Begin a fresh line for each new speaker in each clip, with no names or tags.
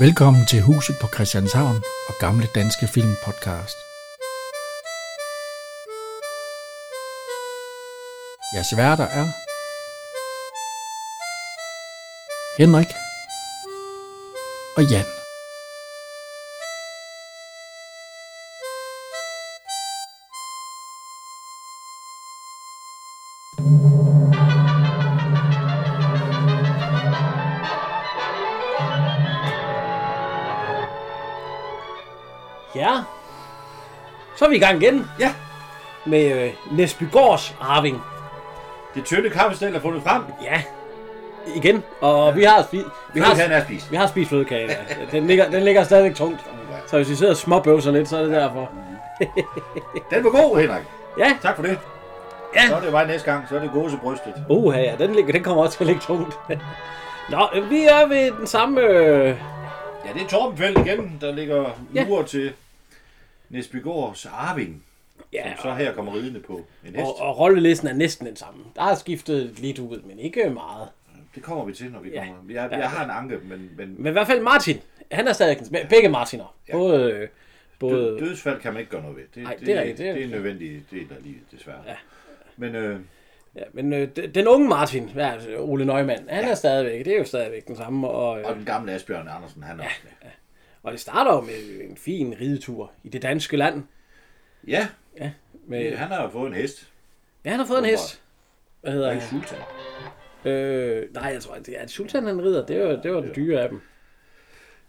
Velkommen til Huset på Christianshavn og Gamle Danske Film Podcast. Jeres værter er Henrik og Jan.
Ja. Så er vi i gang igen.
Ja.
Med øh, Næsbygårds Arving.
Det tynde kappestel er fundet frem.
Ja. Igen. Og vi har spist... Vi
Vi
har,
har han er spist.
vi har spist flødekage. ja. Den ligger, den ligger stadigvæk tungt. Så hvis vi sidder og småbøvser lidt, så er det derfor.
Den var god, Henrik.
Ja.
Tak for det.
Ja.
Så er det bare næste gang, så er det gåsebrystet.
Uh, ja, den, ligger, den kommer også til at ligge tungt. Nå, øh, vi er ved den samme... Øh,
Ja, det er Torbenfeld igen, der ligger
Ja.
mur til Nesbygårds arving,
ja,
som så her kommer ridende på en hest.
og, og rollelisten er næsten den samme. Der er skiftet lidt ud, men ikke meget.
Det kommer vi til, når vi
Ja.
kommer. Jeg, jeg har en anke, men, men
Men i hvert fald Martin. Han er stadig... Begge Martiner. Både... Øh, både
død, dødsfald kan man ikke gøre noget ved. Det,
Nej,
det,
det er
det,
rigtigt, det er-
det er en nødvendig del af livet, desværre. Ja. Men øh,
Ja, men øh, de- den unge Martin, hvad er det, Ole Neumann, han ja. er stadigvæk, det er jo stadigvæk den samme, og,
og
øh,
den gamle Asbjørn Andersen, han er også med.
og det starter jo med en fin ridetur i det danske land.
Ja,
Med, ja.
han har jo fået en hest.
ja, han har fået en hest. Hvad hedder
Og en
han?
sultan.
Øh, nej, jeg tror, at det er at Sultan, han rider, det var, det var den dyre af dem.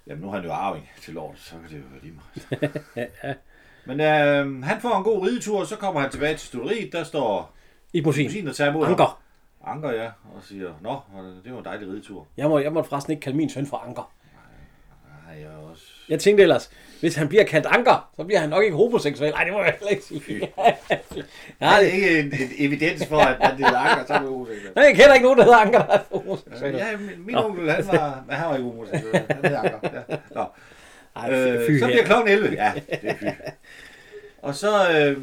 Jamen, nu er han jo arving til lort, så kan det jo være lige meget. Men øh, han får en god ridetur, og så kommer han tilbage til studeriet. Der står
I musin.
Musin og tager imod ham.
Anker.
Anker, ja, og siger, Nå, det var en dejlig ridetur.
Jeg, må, jeg måtte forresten ikke kalde min søn for Anker.
Nej, jeg er også...
Jeg tænkte ellers, hvis han bliver kaldt Anker, så bliver han nok ikke homoseksuel. Nej, det må jeg heller ikke sige.
Der
Nej,
er ikke en, en evidens for, at han hedder Anker, så er det homoseksuel.
jeg kender ikke nogen, der hedder Anker, der er homoseksuel.
Ja, min, min onkel, han var, han var ikke homoseksuel. Han hedder Anker. Ja. Nå.
Ej, fy- fy
Øh, så
her.
bliver klokken 11. Ja, det er fy. Og så... Øh,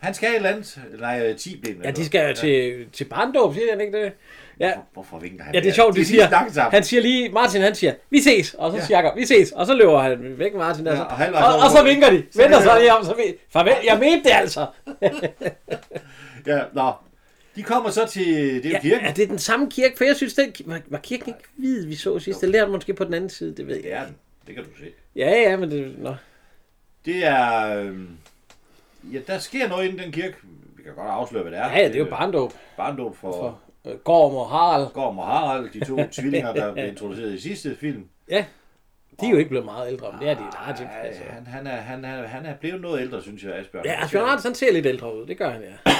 han skal et eller andet. Nej, 10 blev den,
Ja, de
eller-
skal jo til, til barndåb, siger han ikke det? Ja,
Hvorfor vinker han?
Ja, det er
der?
sjovt,
de
de
siger.
siger, han siger lige, Martin han siger, vi ses, og så siger Jacob, vi ses, og så løber han væk, Martin, altså.
Ja,
og,
og
og,
halvvejs over-
og så vinker de,
Så
venter så
vinker de.
lige om, så vi, farvel, jeg mente det altså.
Ja, nå. De kommer så til det er
Ja,
jo kirken.
er det den samme kirke? For jeg synes, den, var, var kirken ikke hvid, vi så sidst? Det lærte måske på den anden side, det ved jeg.
Det er den. Det kan du se.
Ja, ja, men det, nå.
Det er... øhm, Ja, der sker noget inden den kirke. Vi kan godt afsløre, hvad det er.
Ja, ja, det er jo barndåb
barndom for,
for
for
øh, Gorm og Harald.
Gorm og Harald, de to tvillinger, der blev introduceret i sidste film.
Ja, de er jo ikke blevet meget ældre, men det er de. Nej, det,
Ja,
altså.
han, han, er, han, er, han er blevet noget ældre, synes jeg, Asbjørn.
Ja, Asbjørn Arndt, han ser lidt ældre ud, det gør han, ja.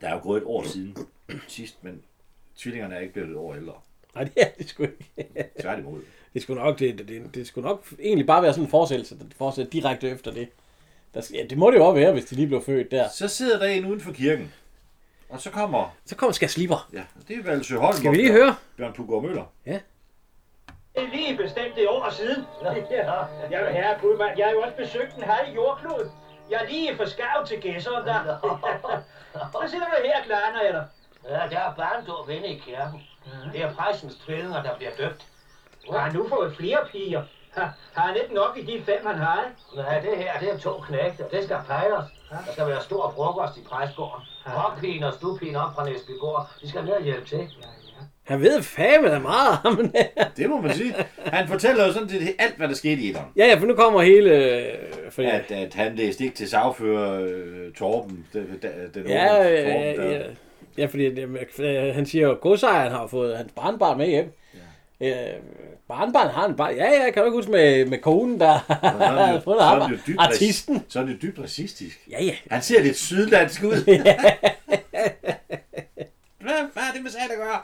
Der er jo gået et år siden sidst, men tvillingerne er ikke blevet et år ældre.
Nej, det er de sgu ikke.
Tværtimod.
Det skulle nok, det, det, det skulle nok egentlig bare være sådan en fortsættelse, der fortsætter direkte efter det. Der, skal- ja, det må det jo også være, hvis de lige blev født der.
Så sidder der en uden for kirken. Og så kommer...
Så kommer Skær Slipper.
Ja, det er Valsø Holm.
Skal vi lige høre?
Bjørn Pugård Møller.
Det er lige bestemt et år siden. Ja, ja herre Gud, mand, jeg har jo også besøgt en halv jordklod. Jeg er lige for skarv til gæsseren der. Så sidder du her og klarner jeg dig.
Ja, der er barndåb inde i kirken. Det er præstens tvillinger, der bliver døbt.
Mhm. Har han nu fået flere piger? Ha, Har han ikke nok i de fem, han har? ikke?
Ja, det her, det er to knægte, og det skal fejres. Der skal være stor frokost i præstgården. Oppigen og stupigen op fra Næsbygård, de skal ned og hjælpe til.
Han ved fame da meget om den her.
Det må man sige. Han fortæller jo sådan set alt, hvad der skete i etteren.
Ja, ja, for nu kommer hele... øh, For, ja,
At, at han læste ikke til sagfører øh, Torben, den, den- den
ja,
unge
ja,
Torben,
ja,
der.
ja, ja, fordi øh, han siger jo, godsejeren har fået hans barnbarn med hjem. Ja. Øh, barnbarn har en barn. Ja, ja, kan du ikke huske med, med konen, der
Så er han
har
jo-
fundet
så er han
ham?
jo dybt
Artisten.
raci- Så er det dybt racistisk.
Ja, ja.
Han ser lidt sydlandsk ud. hvad, hvad er det med sat at gøre?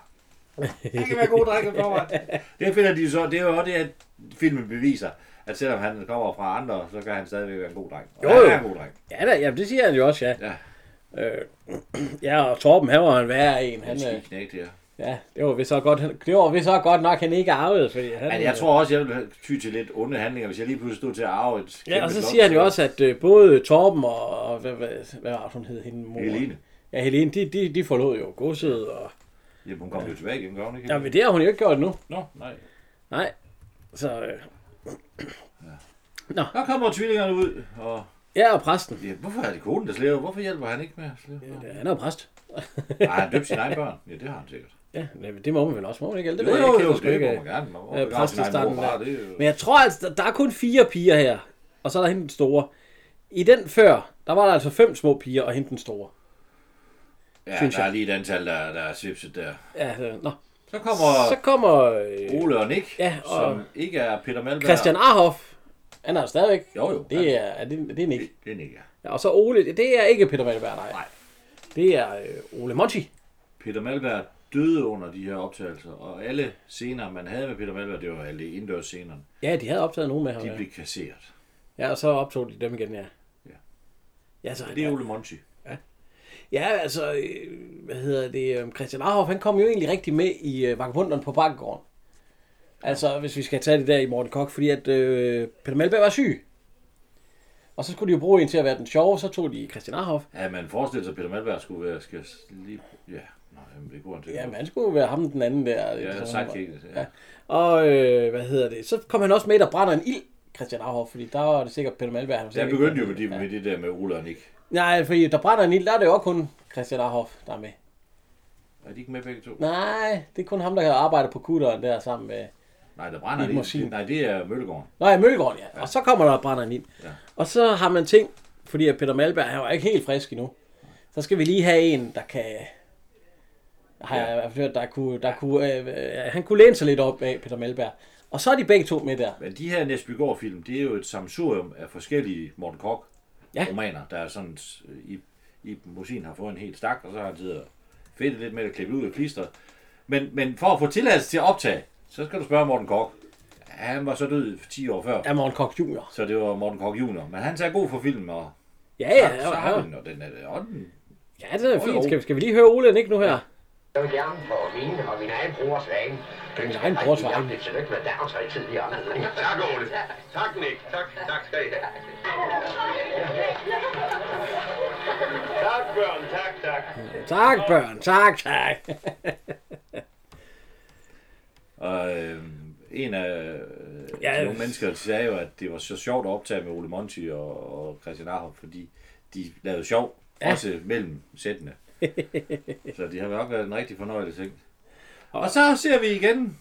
Han kan være god dreng for mig. Det finder de jo så, det er jo også det, at filmen beviser, at selvom han kommer fra andre, så kan han stadigvæk være en god dreng. Og
Jo,
han
jo.
er en god dreng.
Ja, da, jamen, det siger han jo også, ja.
Ja.
Øh, ja, og Torben, han var en værre en. Han,
Han
øh,
skal knække det her.
Ja, det var vist så godt, det var vist så godt nok, han ikke arvede. Fordi han,
Men jeg tror også, jeg ville ty til lidt onde handlinger, hvis jeg lige pludselig stod til at arve et
øh, Ja, og
kæmpe
så
blot.
siger han jo også, at øh, både Torben og, og hvad, hvad, hvad var hun hed hende? Mor?
Helene.
Ja, Helene, de, de, de forlod jo godset. Og...
Jamen, hun kom jo tilbage igen, gør hun ikke?
Ja, men det har hun jo ikke gjort nu.
Nå, nej.
Nej. Så, øh. Nå,
Der kommer tvillingerne ud, og
jeg er præsten.
ja, hvorfor er det konen, der slæver? Hvorfor hjælper han ikke med at slæve? Ja.
Ja, Han er jo præst.
Ej, han døbte sine egne børn. Ja, det har han sikkert.
Ja, men det må man vel også, må man ikke? Eller Det
Jo,
ved jeg
jo,
ikke, jeg
jo, det må
kender sgu ikke.
man gerne. Man må
øh,
begrave sin egen
præstestanden
mor og far,
der.
det er jo-
Men jeg tror altså, der, der er kun fire piger her, og så er der hende den store. I den før, der var der altså fem små piger og hende den store.
Ja,
synes
der er
jeg.
lige et antal, der, der er svipset der.
Ja, øh, nå.
Så kommer
Så kommer øh,
Ole og Nick,
Ja, og-
som ikke er Peter Malberg.
Christian Arhoff. Han er der stadigvæk.
Jo, jo.
Det er, er det, det er Nick.
Det er Nick, ja.
Ja, og så Ole, det er ikke Peter Malberg, nej.
Nej.
Det er øh, Ole Monti.
Peter Malberg døde under de her optagelser, og alle scener, man havde med Peter Malberg, det var alle indendørs scenerne,
Ja, de havde optaget nogen med ham.
de
ja.
blev kasseret.
Ja, og så optog de dem igen, ja.
Ja.
Ja, så,
Det er Ole Monty.
ja, altså, øh, hvad hedder det, øh, Christian Arhoff, han kom jo egentlig rigtig med i øh, Vagabunderne på Bakkegården. Altså, hvis vi skal tage det der i Morten Kok, fordi at øh, Peter Malberg var syg. Og så skulle de jo bruge en til at være den sjove, så tog de Christian Arhoff.
Ja, man forestiller sig, at Peter Malberg skulle være, skal lige... Ja, nej, jamen, det går han til.
Jamen, han skulle jo være ham den anden der.
ja,
Så-
han sagt ikke. Ja.
Og øh, hvad hedder det, så kom han også med, i, der brænder en ild, Christian Arhoff, fordi der var det sikkert Peter Malberg. Han var
Der
sikkert-
begyndte jo med, de, med det der med Ole og Nick.
Nej, fordi der brænder en ild, der er det jo også kun Christian Arhoff, der er med.
Er de ikke med begge to?
Nej, det er kun ham, der har arbejdet på kutteren der sammen med...
Nej, der brænder
Vi må sige-
ikke. Nej, det er Møllegården.
Nå ja, Møllegården, ja. Og så kommer der og brænder en ild.
Ja.
Og så har man tænkt, fordi at Peter Malberg, han var ikke helt frisk endnu. Så skal vi lige have en, der kan... Har jeg i hvert fald hørt, der kunne, der kunne, øh, øh, han kunne læne sig lidt op af Peter Malberg. Og så er de begge to med der.
Men de her Næsbygård-film, det er jo et samsurium af forskellige Morten Kork
Ja.
romaner, der er sådan, øh, i, i musin har fået en helt stak, og så har han siddet og fedtet lidt med at klippe ud af klistret. Men, men for at få tilladelse til at optage, så skal du spørge Morten Kork. Han var så død 10 år før,
Er Morten Koch Junior.
så det var Morten Kork junior. Men han sagde god for film, og
Ja, ja,
så
ja.
har
ja.
den, og den er og den.
Ja, det er
Jo,
fint.
jo.
Skal, skal vi lige høre Ole og Nick nu her?
Jeg vil gerne på mine og min egen brors vane. Det er
min egen brors vane.
Det er tillykke med dagens rigtige tidligere.
Tak, Ole. Tak, Nick. Tak, tak skal I have.
Tak, børn. Tak, tak.
Tak, børn. Tak, tak.
Og øh, en af øh,
Ja.
ja, nogle mennesker sagde jo, at det var så sjovt at optage med Ole Monti og, og Christian Arhoff, fordi de lavede sjov,
Ja.
ja. også mellem sættene. så det har nok været en rigtig fornøjelse, ikke? Og så ser vi igen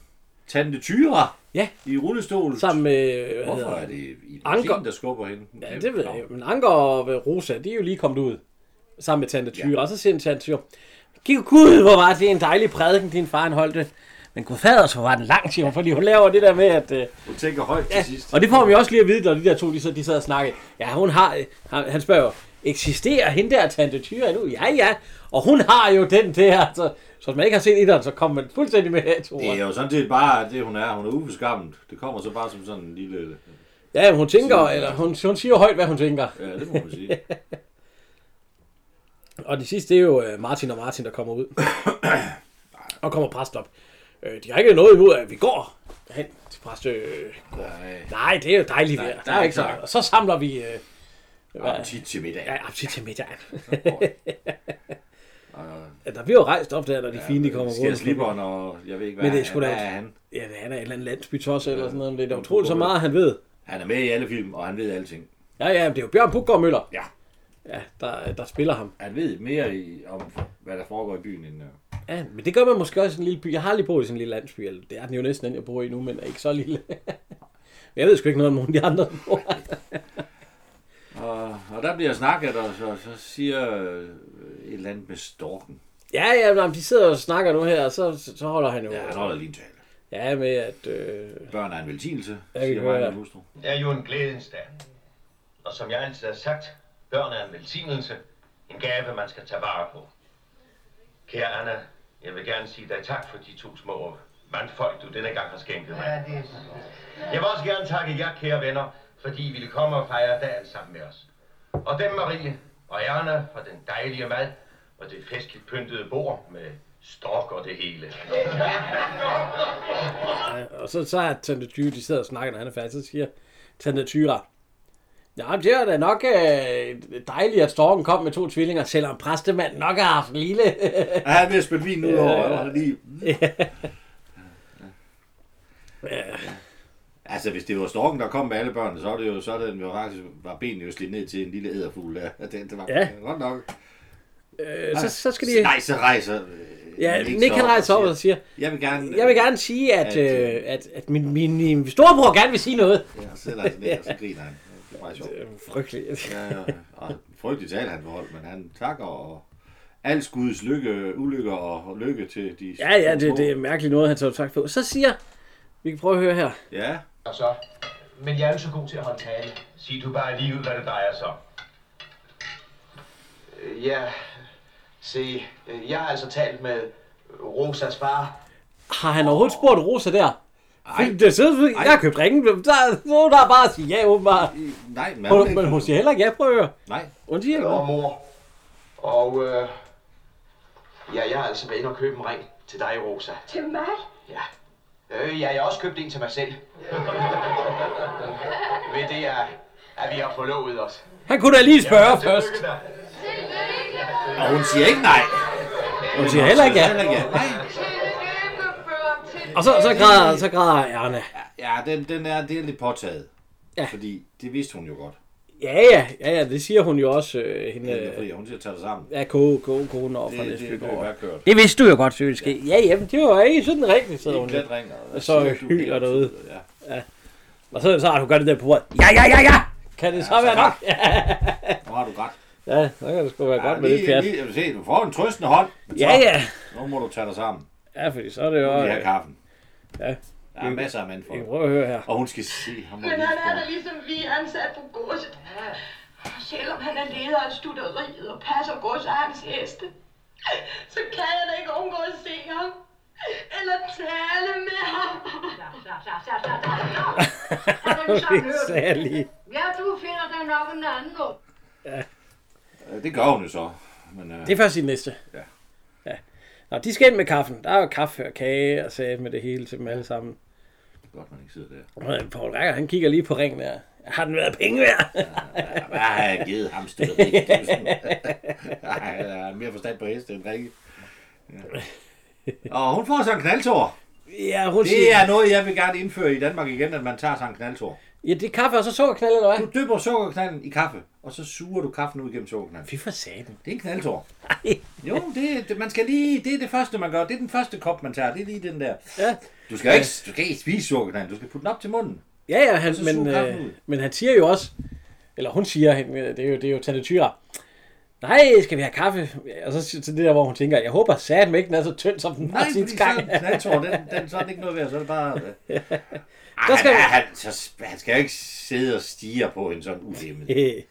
Tante Tyra
Ja.
i rullestol.
Sammen med... øh, Hvad
Hvorfor
hedder
er det i
Anker.
der skubber hende?
Ja, det ved jeg. jo. Men Anker og øh, Rosa, de er jo lige kommet ud sammen med Tante Tyre. Ja.
Ja.
Og så siger en Tante Tyre, Gud, Gud, hvor var det en dejlig prædiken, din far han holdt det. Men gud faders, hvor var den lang, siger hun, fordi hun laver det der med, at... Øh,
Hun tænker højt til sidst.
og det får vi også lige at vide, når de der to, de, så, de sad og snakkede. Ja, hun har... øh, han- Han spørger jo, eksisterer hende der Tante Tyre nu? Ja, ja. Og hun har jo den der, så, så hvis man ikke har set etteren, så kommer man fuldstændig med her, tror
Det er jo sådan set bare det, hun er. Hun er uforskammet. Det kommer så bare som sådan en lille...
Ja, men hun tænker, eller hun, hun siger jo højt, hvad hun tænker.
Ja, det må man sige.
Og det sidste, det er jo øh, Martin og Martin, der kommer ud. og kommer præsten op. Øh, de har ikke noget imod, at vi går hen til præste. Øh,
Nej.
nej, det er jo dejligt
Nej,
vejr.
der
Der
er
er ikke
ikke
så
noget.
Og så samler vi... Øh,
Appetit til middag.
ja, appetit til middagen.
Og-
Ja, der bliver jo rejst op der, når de ja, fine de kommer
Skal jeg
rundt.
slipper, når jeg ved ikke, hvad
Men det er
han-
sgu da
hvad
et-
er han?
Ja, han er et eller andet landsbytos eller
Ja.
sådan noget. Det er da
Bjørn
utroligt så
Puggaard.
meget, han ved.
Han er med i alle film, og han ved alting.
Ja, ja, men det er jo Bjørn Puggaard Møller.
Ja.
Ja, der, der spiller ham.
Han ved mere i, om, hvad der foregår i byen, end... øh,
Ja, men det gør man måske også i sådan en lille by. Jeg har lige boet i sådan en lille landsby, eller det er den jo næsten, den jeg bor i nu, men er ikke så lille. men jeg ved sgu ikke noget om nogen af de andre, der bor.
Og, og der bliver snakket, og så, så siger øh, et eller andet med storken.
Ja, ja, men de sidder og snakker nu her, og så, så holder han jo...
Ja, han holder lige en tale.
ja med at... Øh,
Børn er en velsignelse,
Ja, det
siger
gør
mig
jeg.
og hustru.
Det er jo en glædens dag. Og som jeg altid har sagt, børn er en velsignelse. En gave, man skal tage vare på. Kære Anna, jeg vil gerne sige dig tak for de to små mandfolk, du denne gang har skænket mig.
det er så.
Jeg vil også gerne takke jer, kære venner, fordi I ville komme og fejre dagen sammen med os. Og dem, Marie og Erna, for den dejlige mad og det festligt pyntede bord med stork og det hele.
og så, så er Tante Tyre, de sidder og snakker, når han er færdig, så siger Tante Tyra, Ja, men det er da nok øh, dejligt, at storken kom med to tvillinger, selvom præstemanden nok har haft en lille...
Ja, han er ved at spille vin ud over, og lige... Altså, hvis det var storken, der kom med alle børnene, så var det jo sådan, jo faktisk var benene jo slidt ned til en lille æderfugl. Der. Den, det var
Ja.
godt nok.
Øh, så, så skal de...
Nej, så rejser... øh,
Ja, Nick han
op
rejser
og
op og
siger,
siger,
Jeg vil gerne...
jeg vil gerne sige, at,
At,
øh, at, at min, min, min storebror gerne vil sige noget.
Ja, så sætter han sig ned, og så griner han. Det er meget sjovt.
Øh, Frygteligt.
Ja, ja. Og frygteligt taler han forhold, men han takker og alt skuds lykke, ulykker og lykke til de...
Ja, ja,
små.
det, det er mærkeligt noget, han tager tak på. Så siger, vi kan prøve at høre her.
Ja,
Og så. Men jeg er jo så god til at holde tale.
Sig du bare lige ud, hvad det drejer sig om.
Øh, Ja, se, øh, jeg har altså talt med Rosas far.
Har han overhovedet spurgt Rosa der? Ej. Det sidder, jeg har købt ringen. Der, der, der er bare at sige ja, åbenbart.
i- nej, men...
Hun, men hun siger heller ikke ja, prøv at høre.
Nej,
Hun siger ikke
og
noget.
mor. Og øh, ja, jeg har altså været inde og købe en ring til dig, Rosa.
Til mig?
Ja. Øh, ja, jeg har også købt en til mig selv. Ved det er, at vi har forlovet os.
Han kunne da lige spørge først.
Lykke dig.
og hun siger ikke nej.
Hun siger heller ikke ja.
Heller ikke ja. Nej,
Og så, så græder, så græder Erna.
ja, den, den er, det er lidt påtaget.
Ja.
Fordi det vidste hun jo godt.
Ja, ja, ja, ja, det siger hun jo også, øh, hende,
Øh,
øh,
fordi hun siger, tage dig sammen.
ja, koge, koge, kone og fra
Det, det, det, det er
Næsbygård.
bare kørt.
Det vidste du jo godt, så ville ske. Ja, ja, men det var ikke sådan rigtigt,
Det
sidder
er en
hun.
glat ring. Og,
så
siger, du
hyler
helt
derude.
absolut, Ja.
Og så, så har hun gør det der på bordet. Ja, ja, ja, ja! Kan det så
så
være nok?
godt.
Ja,
Nu har du ret.
ja, så kan det sgu være godt med
lige,
det pjat.
lige- jeg vil se, du får en trøstende hånd. men
Ja,
så-
ja.
Nu må du tage dig sammen.
Ja, fordi så er det jo...
Nu vil jeg have kaffen.
Ja.
Der er masser af mænd for.
Jeg prøver at høre her.
Og hun skal se ham. og
Men han er da
lige-
ligesom vi ansat på godset. Selvom han er leder af studeriet og passer godsejernes heste, så kan jeg da ikke undgå at se ham. Eller tale med ham.
Det sagde jeg lige.
Ja, du finder der nok en anden nu.
Øh, Det gør hun jo så. Men, øh,
Det er først i den næste.
Ja.
ja. Nå, de skal ind med kaffen. Der er jo kaffe og kage og sag med det hele til dem alle sammen.
det er godt, man ikke sidder der.
Og Paul Rækker, han kigger lige på ringen der. Har den været penge værd?
Ja, Hvad har jeg givet ham støttet? Nej, der er mere forstand på heste end Rikke. Ja. Og hun får sig en knaldtår.
ja, hun
Det
siger.
er noget, jeg vil gerne indføre i Danmark igen, at man tager sig en knaldtår.
Ja, det er kaffe og så sukkerknald, eller hvad?
Du dypper sukkerknalden i kaffe, og så suger du kaffen ud gennem sukkerknalden.
Fy for satan.
Det er en knaldtår.
Ej.
Jo, det, det, man skal lige, det er det første, man gør. Det er den første kop, man tager. Det er lige den der.
Ja.
Du skal ikke, du skal ikke spise sukkerknalden. Du skal putte den op til munden.
Ja, ja, han,
Og så suge
men,
kaffen ud.
øh, men han siger jo også, eller hun siger, han, øh, det er jo, det er jo Tante Tyra, nej, skal vi have kaffe? Og så siger- til det der, hvor hun tænker, jeg håber satme ikke, den er så tynd, som den var
Nej,
sin
fordi så
skang.
en knaldtår, den, den, så er det ikke noget værd, så er det bare... Øh. Ej,
Der skal-
skal... han, han, så, han skal jo ikke sidde og stige på en sådan ulemmet.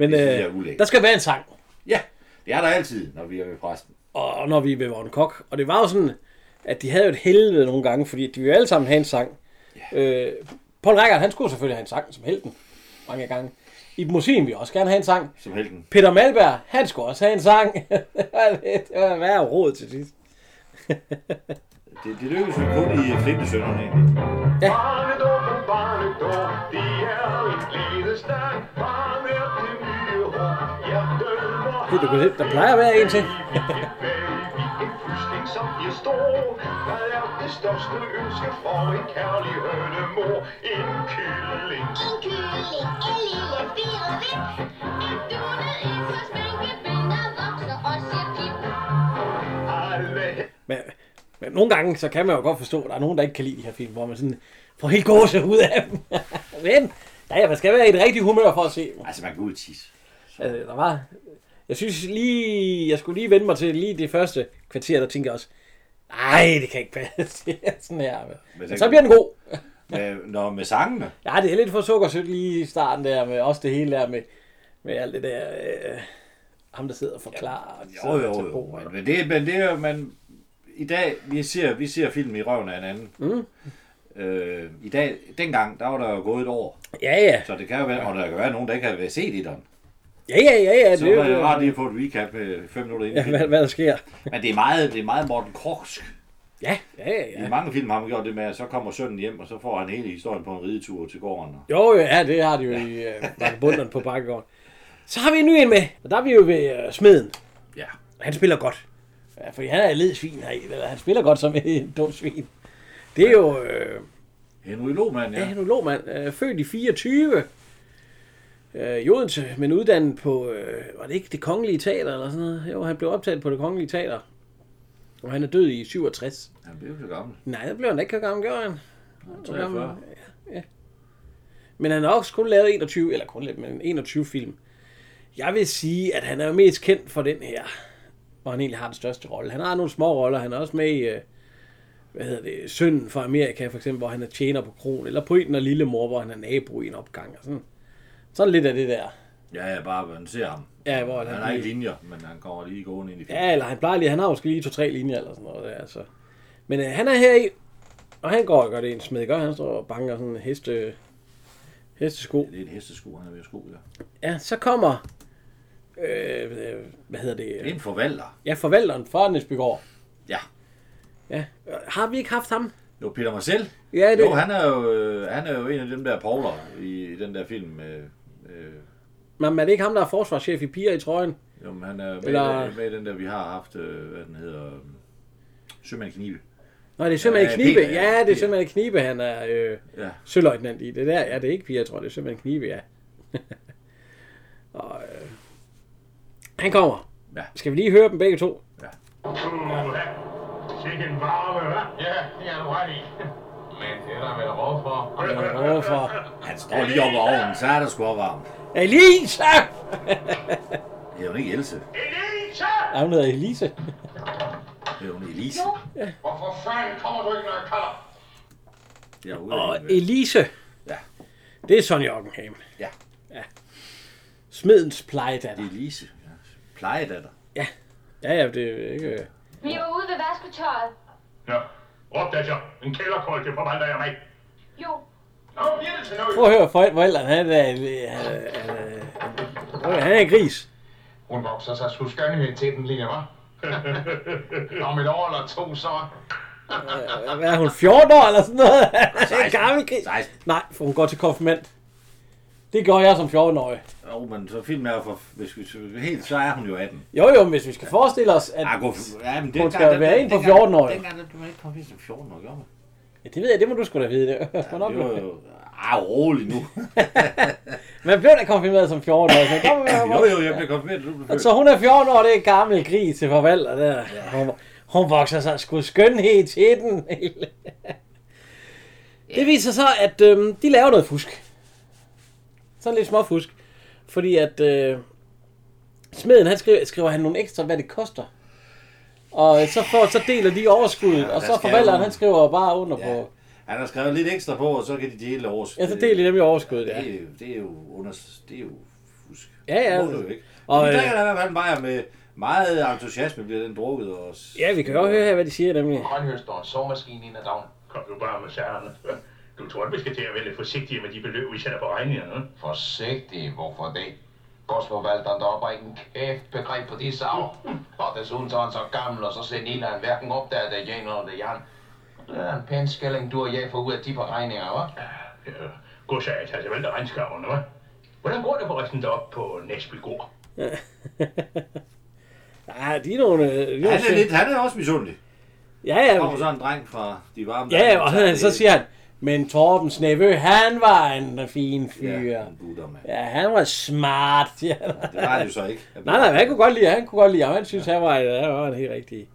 Øh, men
Det synes jeg er
øh,
ulækkert.
der skal være en sang,
Ja, det er der altid, når vi er ved præsten.
og når vi er ved Vogn Kok. Og det var jo sådan, at de havde jo et helvede nogle gange, fordi de ville jo alle sammen have en sang. Øh, Paul Rækkert, han skulle selvfølgelig have en sang som helten mange gange. I Museum vil også gerne have en sang.
Som helten.
Peter Malberg, han skulle også have en sang. det var værre råd til sidst.
Det, det lykkes jo kun i flintesønderne egentlig.
Barnedåben, barnedåb, de er en glædestang. Barn er det nye år, hjertet må
Gud, du kan se, der plejer at være en til.
en fysling, som bliver stor. Hvad er det største ønske for en kærlig hønemor? En kylling. Alle
Men, men nogle gange, så kan man jo godt forstå, at der er nogen, der ikke kan lide de her film, hvor man sådan får helt gåse ud af dem. men, ja, ja, man skal være i et rigtigt humør for at se dem.
Altså, man kan ud tisse.
Altså, der var... Jeg synes lige... Jeg skulle lige vende mig til lige det første kvarter, der tænkte jeg også... Nej, det kan ikke passe. Det er sådan her. Men, men så bliver den god.
Med, når med sangene.
Ja, det er lidt for sukkersødt lige i starten der, med også det hele der med, med alt det der... Øh, ham, der sidder og forklarer. og de
Jo,
sidder
jo,
til
jo.
bordet.
Men, men det, men det er jo, man, i dag, vi ser, vi ser film i røven af hinanden. Mm. Øh, I dag, dengang, der var der jo gået et år.
Ja, ja.
Så det kan jo være, og der kan være nogen, der ikke har set i den.
Ja, ja, ja, ja.
Så
er jo-
var det rart lige at få et recap med fem minutter
Ja,
inden.
hvad,
filmen.
hvad der sker.
Men det er meget, det er meget Morten Korsk.
Ja, ja, ja.
I mange film har man gjort det med, at så kommer sønnen hjem, og så får han hele historien på en ridetur til gården.
Jo, jo, ja, det har de jo i øh, Bakkebunderen på Bakkegården. Så har vi en ny en med, og der er vi jo ved øh, smeden.
Ja.
Han spiller godt. Ja, fordi han er et led svin her, eller han spiller godt som et dumt svin. Det er jo... Øh,
Henry Lohmann,
Ja,
ja.
Henry Lohmann, øh, født i 24. Øh, i Odense, men uddannet på, øh, var det ikke det kongelige teater eller sådan noget? Jo, han blev optaget på det kongelige teater. Og han er død i 67.
Han blev så gammel.
Nej, der blev han da ikke gammel, gjorde han. Hvor gammel-
43.
Ja, ja. Men han har også kun lavet 21, eller kun lidt, men 21 film. Jeg vil sige, at han er jo mest kendt for den her, hvor han egentlig har den største rolle. Han har nogle små roller, han er også med i, øh, hvad hedder det, Sønnen fra Amerika, for eksempel, hvor han er tjener på kron, eller Poeten og Lillemor, hvor han er nabo i en opgang, og sådan. Sådan lidt af det der.
Ja, ja, bare man ser ham.
Ja, hvor han,
Han har
lige-
ikke linjer, men han kommer lige gående ind i filmen.
Ja, eller han plejer lige, han har måske lige to-tre linjer eller sådan noget der, så. Men øh, han er her i, og han går og gør det en smed, gør han står og banker sådan en heste, hestesko.
Det er en hestesko, han er ved at sko, ja.
Ja, så kommer, øh, øh, hvad hedder det,
Det er
øh,
en forvalter.
ja, forvalteren fra Nesbygård.
Ja.
Ja, øh, har vi ikke haft ham?
Jo, Peter Marcel.
Ja, det-
Jo, han er jo, øh, han er jo en af dem der povler i den der film. Øh, øh,
Men er det ikke ham, der er forsvarschef i Piger i trøjen?
jo, men han er med,
Eller-
Eller... med i den der, vi har haft, øh, hvad den hedder, øh, Sømand Knibe.
Nå, det er Sømand
Ja,
ja, Knibe.
Peter, ja.
Ja, det er
Peter.
Sømand Knibe, han er øh,
Ja.
søløjtnant i. Det der, ja, det er ikke Pia, tror jeg, det er Sømand Knibe, ja. og, øh, han kommer.
Ja.
Skal vi lige høre dem begge to?
Uha, sikke en varme, hva'?
Ja, det er du ret i. Men det er der vel råd for.
Hvorfor?
Han står lige oppe over ovnen, så er der sgu også varmt.
Elisa!
Det er jo ikke Else,
Elisa!
Ja, hun hedder Elise.
det er jo Elise.
Hvorfor fanden kommer du ikke, når jeg kalder?
Det er jo
Og
ude af
Elise,
Ja.
det er Sonja Ockenham.
Ja.
ja. Smedens plejedatter.
Elise. Ja. Plejedatter.
Ja. Ja, ja, det er ikke... øh,
Vi var ude ved vasketøjet.
Ja, råb dig så. En kælderkold, det forvandler jeg mig.
Jo,
Nå, bliver det til noget.
Prøv at høre, for- forældrene, han er... øh, Han er, han er, prøv at høre, han er en gris.
Hun vokser sig sgu skønne til den lige, hva'? Om et år eller to, så...
Hvad er hun, 14 år eller sådan noget? en
16.
gammel gris.
16.
Nej, for hun går til konfirmand. Det gør jeg som 14-årig.
Jo, men så filmen er jo for... Hvis vi, så- helt, så er hun jo 18.
Jo, jo, men hvis vi skal forestille os, at...
Ah, gå, ja, men
Hun skal jo være en på 14 år.
Dengang, der blev man ikke kommet som 14 år, gjorde man?
Ja, det ved jeg, det må du sgu da vide. Det. Hvornår
Det
blev
var jo... Ah, rolig nu.
Man blev da konfirmeret som 14-årig, så kom med
jo, jo, jeg blev konfirmeret, du blev født.
Så hun er 14 år, det er en gammel gris til forvalter der. Hun, hun vokser sig sgu skønhed til den. det viser så, at øhm, de laver noget fusk. Sådan lidt småfusk. Fordi at øh, smeden, han skriver, skriver han nogle ekstra, hvad det koster. Og så, får, så deler de overskuddet, og
der
så
skal
forvalteren,
jo-
han skriver bare under på...
Ja. Han har skrevet lidt ekstra på, og så kan de dele over.
Ja, så deler de nemlig overskuddet, ja.
Det, er jo- det er jo under... Det er jo fusk.
Ja, ja.
Det må du jo ikke.
Og,
Og, de
øh,
drikker der i hvert fald bare med meget entusiasme, bliver den drukket også.
Ja, vi kan godt høre her, hvad de siger nemlig.
Grønhøster og sovemaskinen ind ad dagen.
Kom nu bare med sagerne. Du tror, at vi skal til at være lidt forsigtige med de beløb, vi sætter på regningerne. hva'?
Forsigtig, hvorfor det? Godsforvalteren deroppe har ikke en kæft begreb på de sav. Og desuden så er han så gammel, og så ser en han hverken opdager det jan eller det jan. Det er en pæn skælling, du og jeg får ud af de beregninger, hva'?
Ja, god sag, tag til vælte regnskavene, hva'? Hvordan går det forresten deroppe på Næsbygård?
Ja, de er nogle... øh, De er nogle
Han er, lidt, han er også misundelig.
Ja, ja.
Der kommer sådan en dreng fra de varme...
Ja, og han, så siger han, men Torbens nevø, han var en fin fyr.
Ja, en butter, mand.
Ja, han var smart, siger han.
Det var han jo så ikke.
Nej, nej, men han kunne godt lide, han kunne godt lide, og han synes, han var, han var en helt rigtig.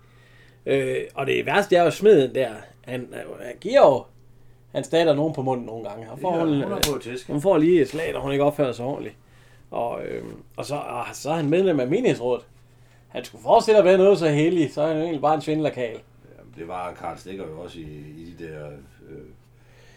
Øh, og det værste er jo smeden der. Han, han giver jo, han stater nogen på munden nogle gange. Han får,
Ja,
hun,
hun har fået tæsk.
hun får lige et slag, når hun ikke opfører sig ordentligt. Og, øh, og så, og så er han medlem af menighedsrådet. Han skulle forestille at være noget så heldig, så er han jo egentlig bare en svindlerkagel.
Jamen, Det var Karl Stikker jo også i, i de der... Øh,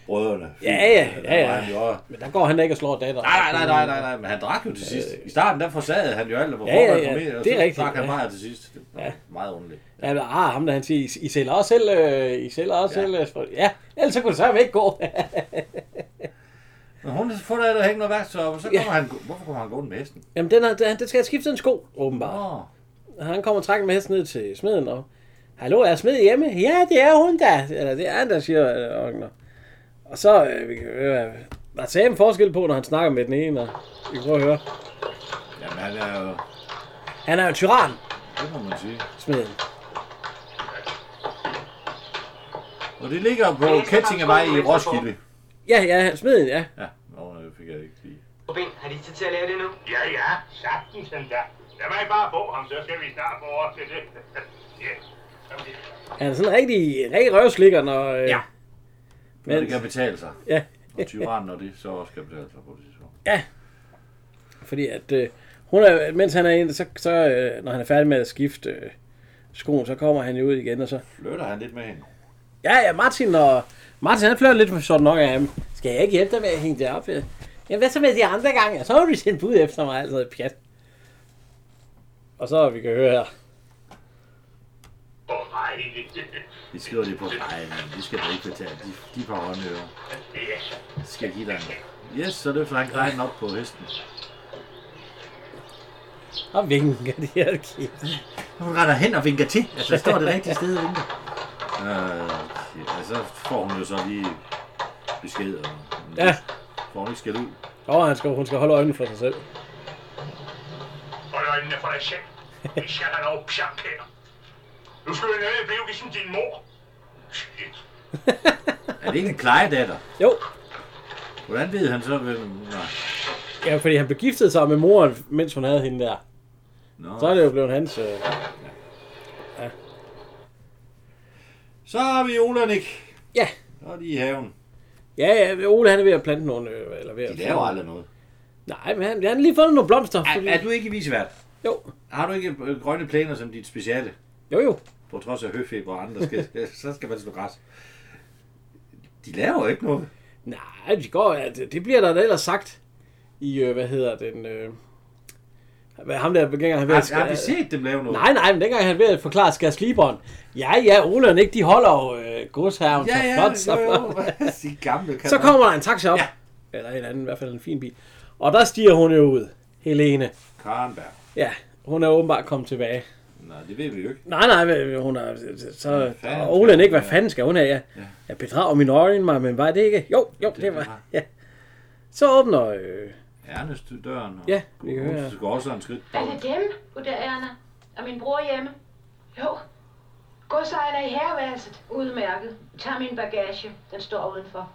brødrene.
Ja, ja,
Der
ja,
var han jo også-
ja. Men der går han da ikke og slår datteren.
Nej, nej, nej, nej, nej, nej, men han drak jo til sidst. I starten, der forsagede han jo alt, og var
Ja, ja, ja,
forberedt på mere, og
det er
så
rigtigt,
drak han
ja.
meget til sidst. Det var meget underligt.
Ja, men, ah, ham der han siger, I, I sælger også selv, øh, I sælger også ja.
Ja.
selv. øh, sprit." Ja, ellers så kunne det sørme ikke gå.
Men hun får der, der hænge noget værktøj op, og så kommer han... Hvorfor kommer han gående med hesten?
Jamen, den, er, den, den skal have skiftet en sko, åbenbart.
Åh,
Han kommer og trækker med hesten ned til smeden, og... Hallo, er smed hjemme? Ja, det er hun da. Eller det er han, der siger øh, Ogner. Og så, øh, vi kan høre, øh, der er sammen forskel på, når han snakker med den ene, og vi prøver at høre.
jamen han er jo...
Han er jo en tyran,
Det må man sige.
smeden.
Og det ligger på Kettingevej i Roskilde.
Ja, ja, smeden, ja.
Ja, nå, det fik jeg ikke lige.
Ben, har de tid til at lave det nu?
Ja, ja, sagtens den der. Lad mig bare få ham, så skal vi snart få over til det. ja.
Er det sådan en rigtig, rigtig røvslikker, når... Øh,
Ja. Men
Men-
det kan betale sig.
Ja,
Og tyrannen og det så også kan betale sig på det tidspunkt.
fordi at... Øh, hun er, mens han er inde, så, så øh, når han er færdig med at skifte øh, skoen, så kommer han jo ud igen, og så...
Flytter han lidt med hende?
Ja, ja, Martin og... Martin, han flytter lidt for sådan nok af ham. Skal jeg ikke hjælpe dig med at hænge det op? Ja. Jamen, hvad så med de andre gange? Ja, Så har du sendt bud efter mig, altså pjat. Og så vi kan høre her.
Åh, nej, det,
De skriver det på fejl, men de skal da ikke betale. De, de er på håndører.
det er så.
De skal give dig en. Yes, så løfter han grejen op på hesten.
Og vinker de her kæft.
Hun retter hen og vinker til. Altså, der står det rigtige sted og vinker. Øh, ja, så får hun jo så lige besked. Og,
Ja.
Får hun ikke skæld ud.
Og han skal, hun skal holde øjnene for sig selv.
Hold øjnene for dig selv. Vi skal have noget pjak her. Nu skal du nødt blive ligesom din mor. Shit.
Er det ikke en plejedatter?
Jo,
Hvordan ved han så, hvem... Nej.
ja, fordi han begiftet sig med moren, mens hun havde hende der.
Nå.
Så er det jo blevet hans... Øh...
Så har vi Ole og Nick.
Ja.
Så er de i haven.
Ja, ja, Ole han er ved at plante nogle... Øh, eller ved
De
at...
laver aldrig noget.
Nej, men han, han har lige fundet nogle blomster. fordi-
Er, er du ikke visevært?
Jo,
Har du ikke øh, grønne planer som dit speciale?
jo, jo.
På trods af høfeber og andre, skal, så skal man slå græs. De laver jo ikke noget.
Nej, de går, ja, det, det bliver der da ellers sagt i, øh, hvad hedder den, øh, hvad- ham der, dengang han ved
Har, har vi set dem lave noget?
Nej, nej, men dengang han ved at forklare skærsliberen. Ja, ja, Ole og Nick, de holder jo øh, godsherren
Ja,
så
ja,
flot. Så,
jo, jo.
flot.
De gamle kan
så kommer der en taxa op.
Ja.
Ja. Eller en anden, i hvert fald en fin bil. Og der stiger hun jo ud, Helene.
Karnberg.
Ja, hun er åbenbart kommet tilbage.
Nej, det ved vi jo ikke.
Nej, nej, hvad- hun er, så,
fanden
og Ole og Nick,
skal
hvad
hun
fanden skal hun have? Ja. Jeg bedrager min øjne mig, men var det ikke? Jo, jo, det,
det
var.
var.
Ja. Så åbner øh,
Ernest til døren. Og
Ja, vi kan høre.
Hun skal også have en skridt.
Er det dem, vurderer Erna? Er min bror hjemme? Jo. Godsejeren er i herværelset. Udmærket. Tag min bagage. Den står udenfor.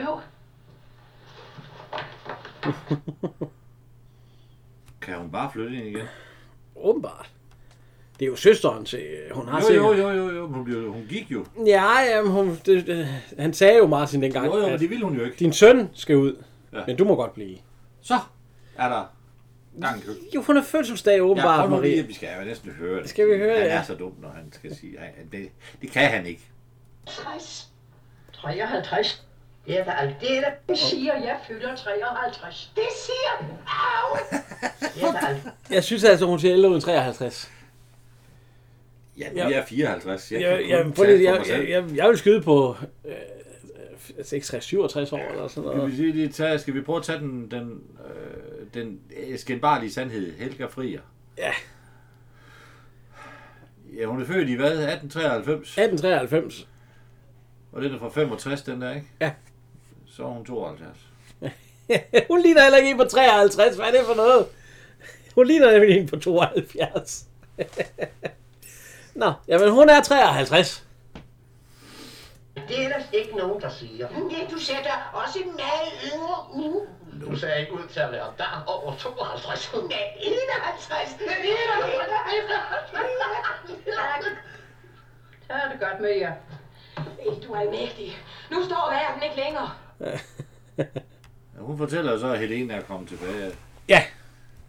Jo.
Kan hun bare flytte ind igen?
Åbenbart. Det er jo søsteren til... øh, Hun har
Jo,
sikkert...
jo, jo, jo, jo. Hun, blev, hun gik jo.
Ja, jamen, hun, det, det, han sagde jo Martin dengang,
Jo, jo, men
at
det ville hun jo ikke.
din søn skal ud, ja.
Ja.
men du må godt blive.
Så er der gang i køkkenet.
Jo, hun har fødselsdag åbenbart, ja,
hold nu lige,
Maria.
at Vi skal jo næsten høre det.
Skal vi høre
han
det,
Han
ja.
er så dum, når han skal sige. Han, det, det kan han ikke.
60.
53. Det er da aldeles.
Det siger, jeg fylder 53. Det siger... Au!
Det er da aldeles.
Jeg synes altså, hun siger ældre end 53.
Ja,
Ja.
vi er 54. Jeg,
Jeg,
kan
jeg,
kun
prøv
tale
lige,
for
jeg,
mig selv.
jeg, jeg, jeg vil skyde på øh, 66, 67 år eller sådan
Skal
noget.
vi, sige, lige tage, skal vi prøve at tage den, den, øh, den øh, skændbarlige sandhed? Helga Frier.
Ja.
Ja, hun er født i hvad? 1893.
1893.
Og den er fra 65, den der, ikke?
Ja.
Så er hun 72.
hun ligner heller ikke en på 53. Hvad er det for noget? Hun ligner nemlig en på 72. Nå, jamen hun er 53.
Det er ellers ikke nogen, der siger.
Nej, du sætter også en meget yngre
Mm.
uge.
Du sagde ikke ud til at være der over 52.
Nej, 51. Det er der Så er det godt med jer. Du er mægtig. Nu står verden ikke længere.
Ja, hun fortæller jo så, at Helena er kommet tilbage.
Ja.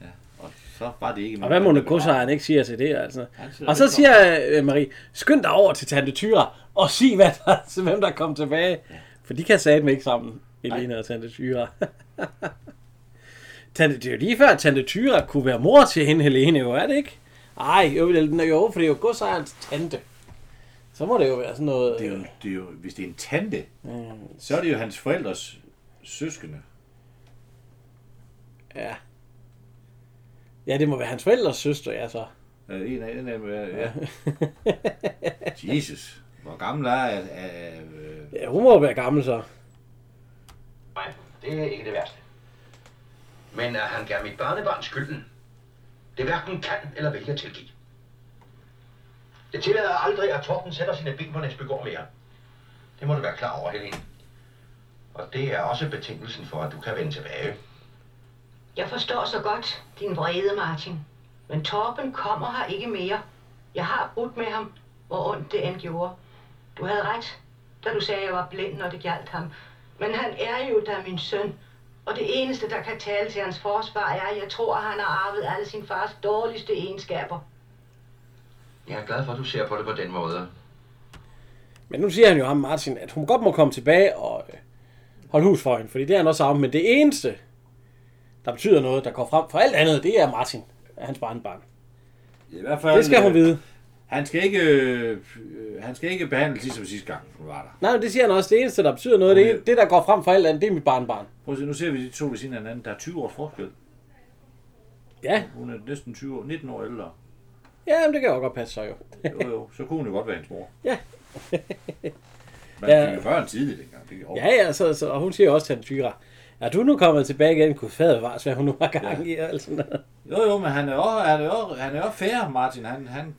ja. Og så var det ikke
Og hvad må nu godsejeren ikke siger til det, altså?
Han siger,
Og så
"Velkommen."
siger øh, Marie, skynd dig over til Tante Tyra og sig, hvad der, til hvem der kom tilbage. For de kan satme ikke sammen, Elena og Tante Tyra. Tante, det er jo lige før, at Tante Tyra kunne være mor til hende, Helene, jo, er det ikke? Ej, jo, vel, jo for det er jo godsejerens tante. Så må det jo være sådan noget... øh,
Det er, jo, det er jo, hvis det er en tante,
Mm.
så er det jo hans forældres søskende.
Ja. ja, det må være hans forældres søster, ja, så.
Øh, En af, en af dem, er- ja. Jesus, hvor gammel er, er, er øh,
Ja, hun må jo være gammel, så.
Nej, det er ikke det værste. Men at han gav mit barnebarn skylden, det hverken kan eller vil jeg tilgive.
Det tillader aldrig, at Torben sætter sine ben på Næsbygård mere.
Det må du være klar over, Helene. Og det er også betingelsen for, at du kan vende tilbage.
Jeg forstår så godt din vrede, Martin. Men Torben kommer her ikke mere. Jeg har brudt med ham, hvor ondt det end gjorde. Du havde ret, da du sagde, at jeg var blind, når det galt ham. Men han er jo da min søn. Og det eneste, der kan tale til hans forsvar, er, at jeg tror, at han har arvet alle sin fars dårligste egenskaber.
Jeg er glad for, at du ser på det på den måde.
Men nu siger han jo ham, Martin, at hun godt må komme tilbage og øh, holde hus for hende, fordi det er han også sammen. Men det eneste, der betyder noget, der går frem for alt andet, det er Martin, hans barnbarn.
I hvert fald,
Det skal hun
øh,
vide.
Han skal ikke, øh, øh, han skal ikke behandles ligesom sidste gang, hun var der.
Nej, men det siger han også. Det eneste, der betyder noget, det, er- det der går frem for alt andet, det er mit barnbarn.
Prøv at se, nu ser vi de to ved siden af hinanden. Der er 20 års forskel.
Ja,
Hun er næsten 20 år, 19 år ældre.
ja men det kan jo godt passe så jo.
Jo, jo, så kunne hun jo godt være hendes mor.
Ja.
Men
Ja.
ja. fik jo børn tidligt dengang. Det,
Ja, ja, så, så, og hun siger også til han tyra, er du nu kommet tilbage igen, kunne fadet vars, hvad hun nu har gang i, og alt sådan noget.
Jo, jo, men han er jo, han er jo, han er jo fair, Martin. Han, han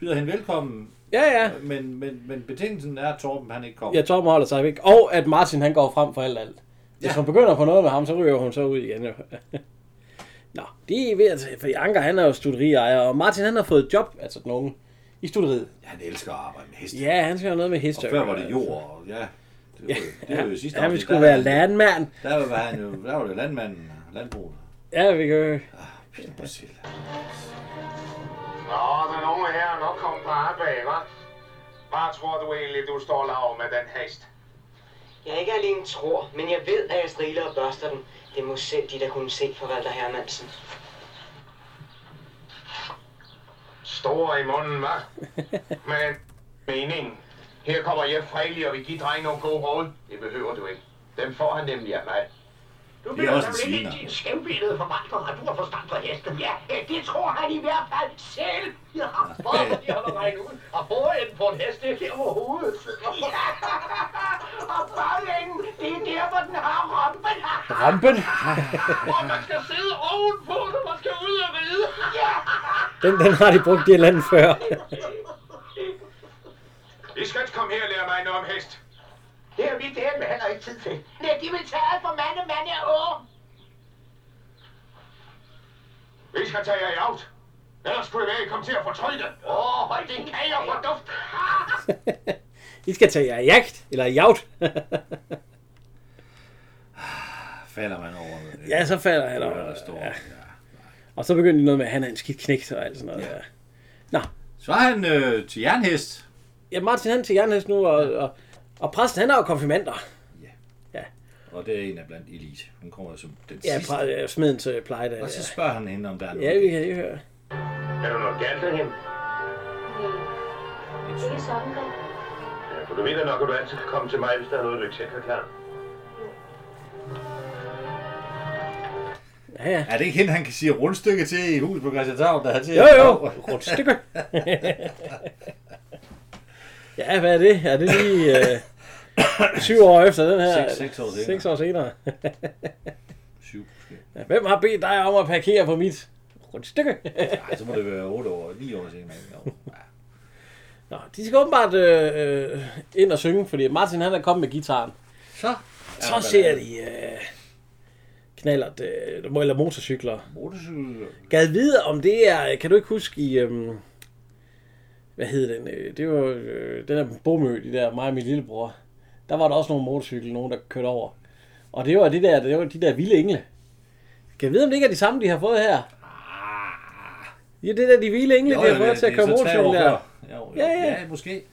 byder hende velkommen,
Ja, ja.
men, men, men betingelsen er, at Torben han ikke kommer.
Ja, Torben holder sig væk. Og at Martin, han går frem for alt alt. Hvis
Ja.
hun begynder på noget med ham, så ryger hun så ud igen. Jo. Nå, det er ved at tage, for Anker, han er jo studierejer, og Martin, han har fået et job, altså den unge, i studeriet.
Han elsker at arbejde med heste.
Ja, han skal have noget med heste.
Og før var det jord, og ja, det var, det var jo sidste
Ja, vi
afsnit.
skulle
Der-
være landmand.
Der var, han jo, der var det landmanden, landbruget.
Ja, vi kan jo-
Priscilla.
Nå, den unge her er nok kommet på arbejde, hva'? Hvad tror du egentlig, du står lav med den hest?
Jeg ikke alene tror, men jeg ved, at jeg striler og børster den. Det må selv de, der kunne se forvalter Hermansen.
Stor i munden, hva'? Men meningen. Her kommer jeg frejlig og vil give dig nogle gode råd. Det behøver du ikke. Dem får han nemlig af mig.
Du
Det er også en
da vel ikke
sviner.
din skævbillede forvandrer, at du har forstand på hesten. Ja, det tror han i hvert fald selv. Ja, for de har da regnet ud og forenden på en hest, det er der hvor hovedet sidder. Ja, og forenden, det er der, hvor den har rumpen.
Rampen,
Hvor man skal sidde ovenpå, når man skal ud og ride. Ja,
den, den har de brugt i et eller andet før.
I skal ikke komme her og lære mig noget om hest.
det har vi der med heller ikke tid til.
Nej, de vil tage alt for mand, og mand er ung.
I skal tage jer i out. Ellers skulle I være, I komme til at fortryde det.
Åh, oh, hold din kage og forduft.
I skal tage jer i jagt, eller i jagt.
Falder man over det.
ja, så falder han
det
over.
var der står. Ja.
Og så begyndte de noget med, at han er en skidt knægt og alt sådan noget. Ja.
Så er han øh, til jernhest.
ja, Martin han er til jernhest nu, og, og, og præsten han er jo konfirmander.
Og det er en af blandt Elise. Hun kommer jo som den
Ja,
sidste.
præ, ja, smeden til pleje der.
Og så spørger han hende, om der er noget.
Ja, vi kan lige høre.
Er der noget galt derhen?
Ikke sådan, da.
Ja, for du ved da nok, at du altid kan komme til mig, hvis der er noget, du ikke selv kan klare.
Ja, ja.
Er det ikke hende, han kan sige rundstykke til i huset på Christianshavn, der er til?
Jo, jo. Rundt stykke. ja, hvad er det? Er det lige øh, syv år efter den her?
Seks- seks år senere.
Seks år senere.
Syv, måske.
Ja, Hvem har bedt dig om at parkere på mit rundstykke?
Ej, så må det være 8 år, 9 år senere. Jo. Ja.
Nå, de skal åbenbart øh, øh, ind og synge, fordi Martin han er kommet med gitaren.
Så.
Så ser de øh, knallert, øh, eller motorcykler.
Motorcykel.
Gad vide, om det er... Kan du ikke huske i... Øhm, hvad hed den? Øh, Det var øh, den der bomø, de der, mig og min lillebror. Der var der også nogle motorcykler, nogen der kørte over. Og det var, det der, det var de der vilde engle. Kan jeg vide, om det ikke er de samme, de har fået her? Ja, det der de vilde engle, de har fået til at køre motorcykler. der.
Jo, jo.
Ja,
Ja,
ja.
ja. ja, måske.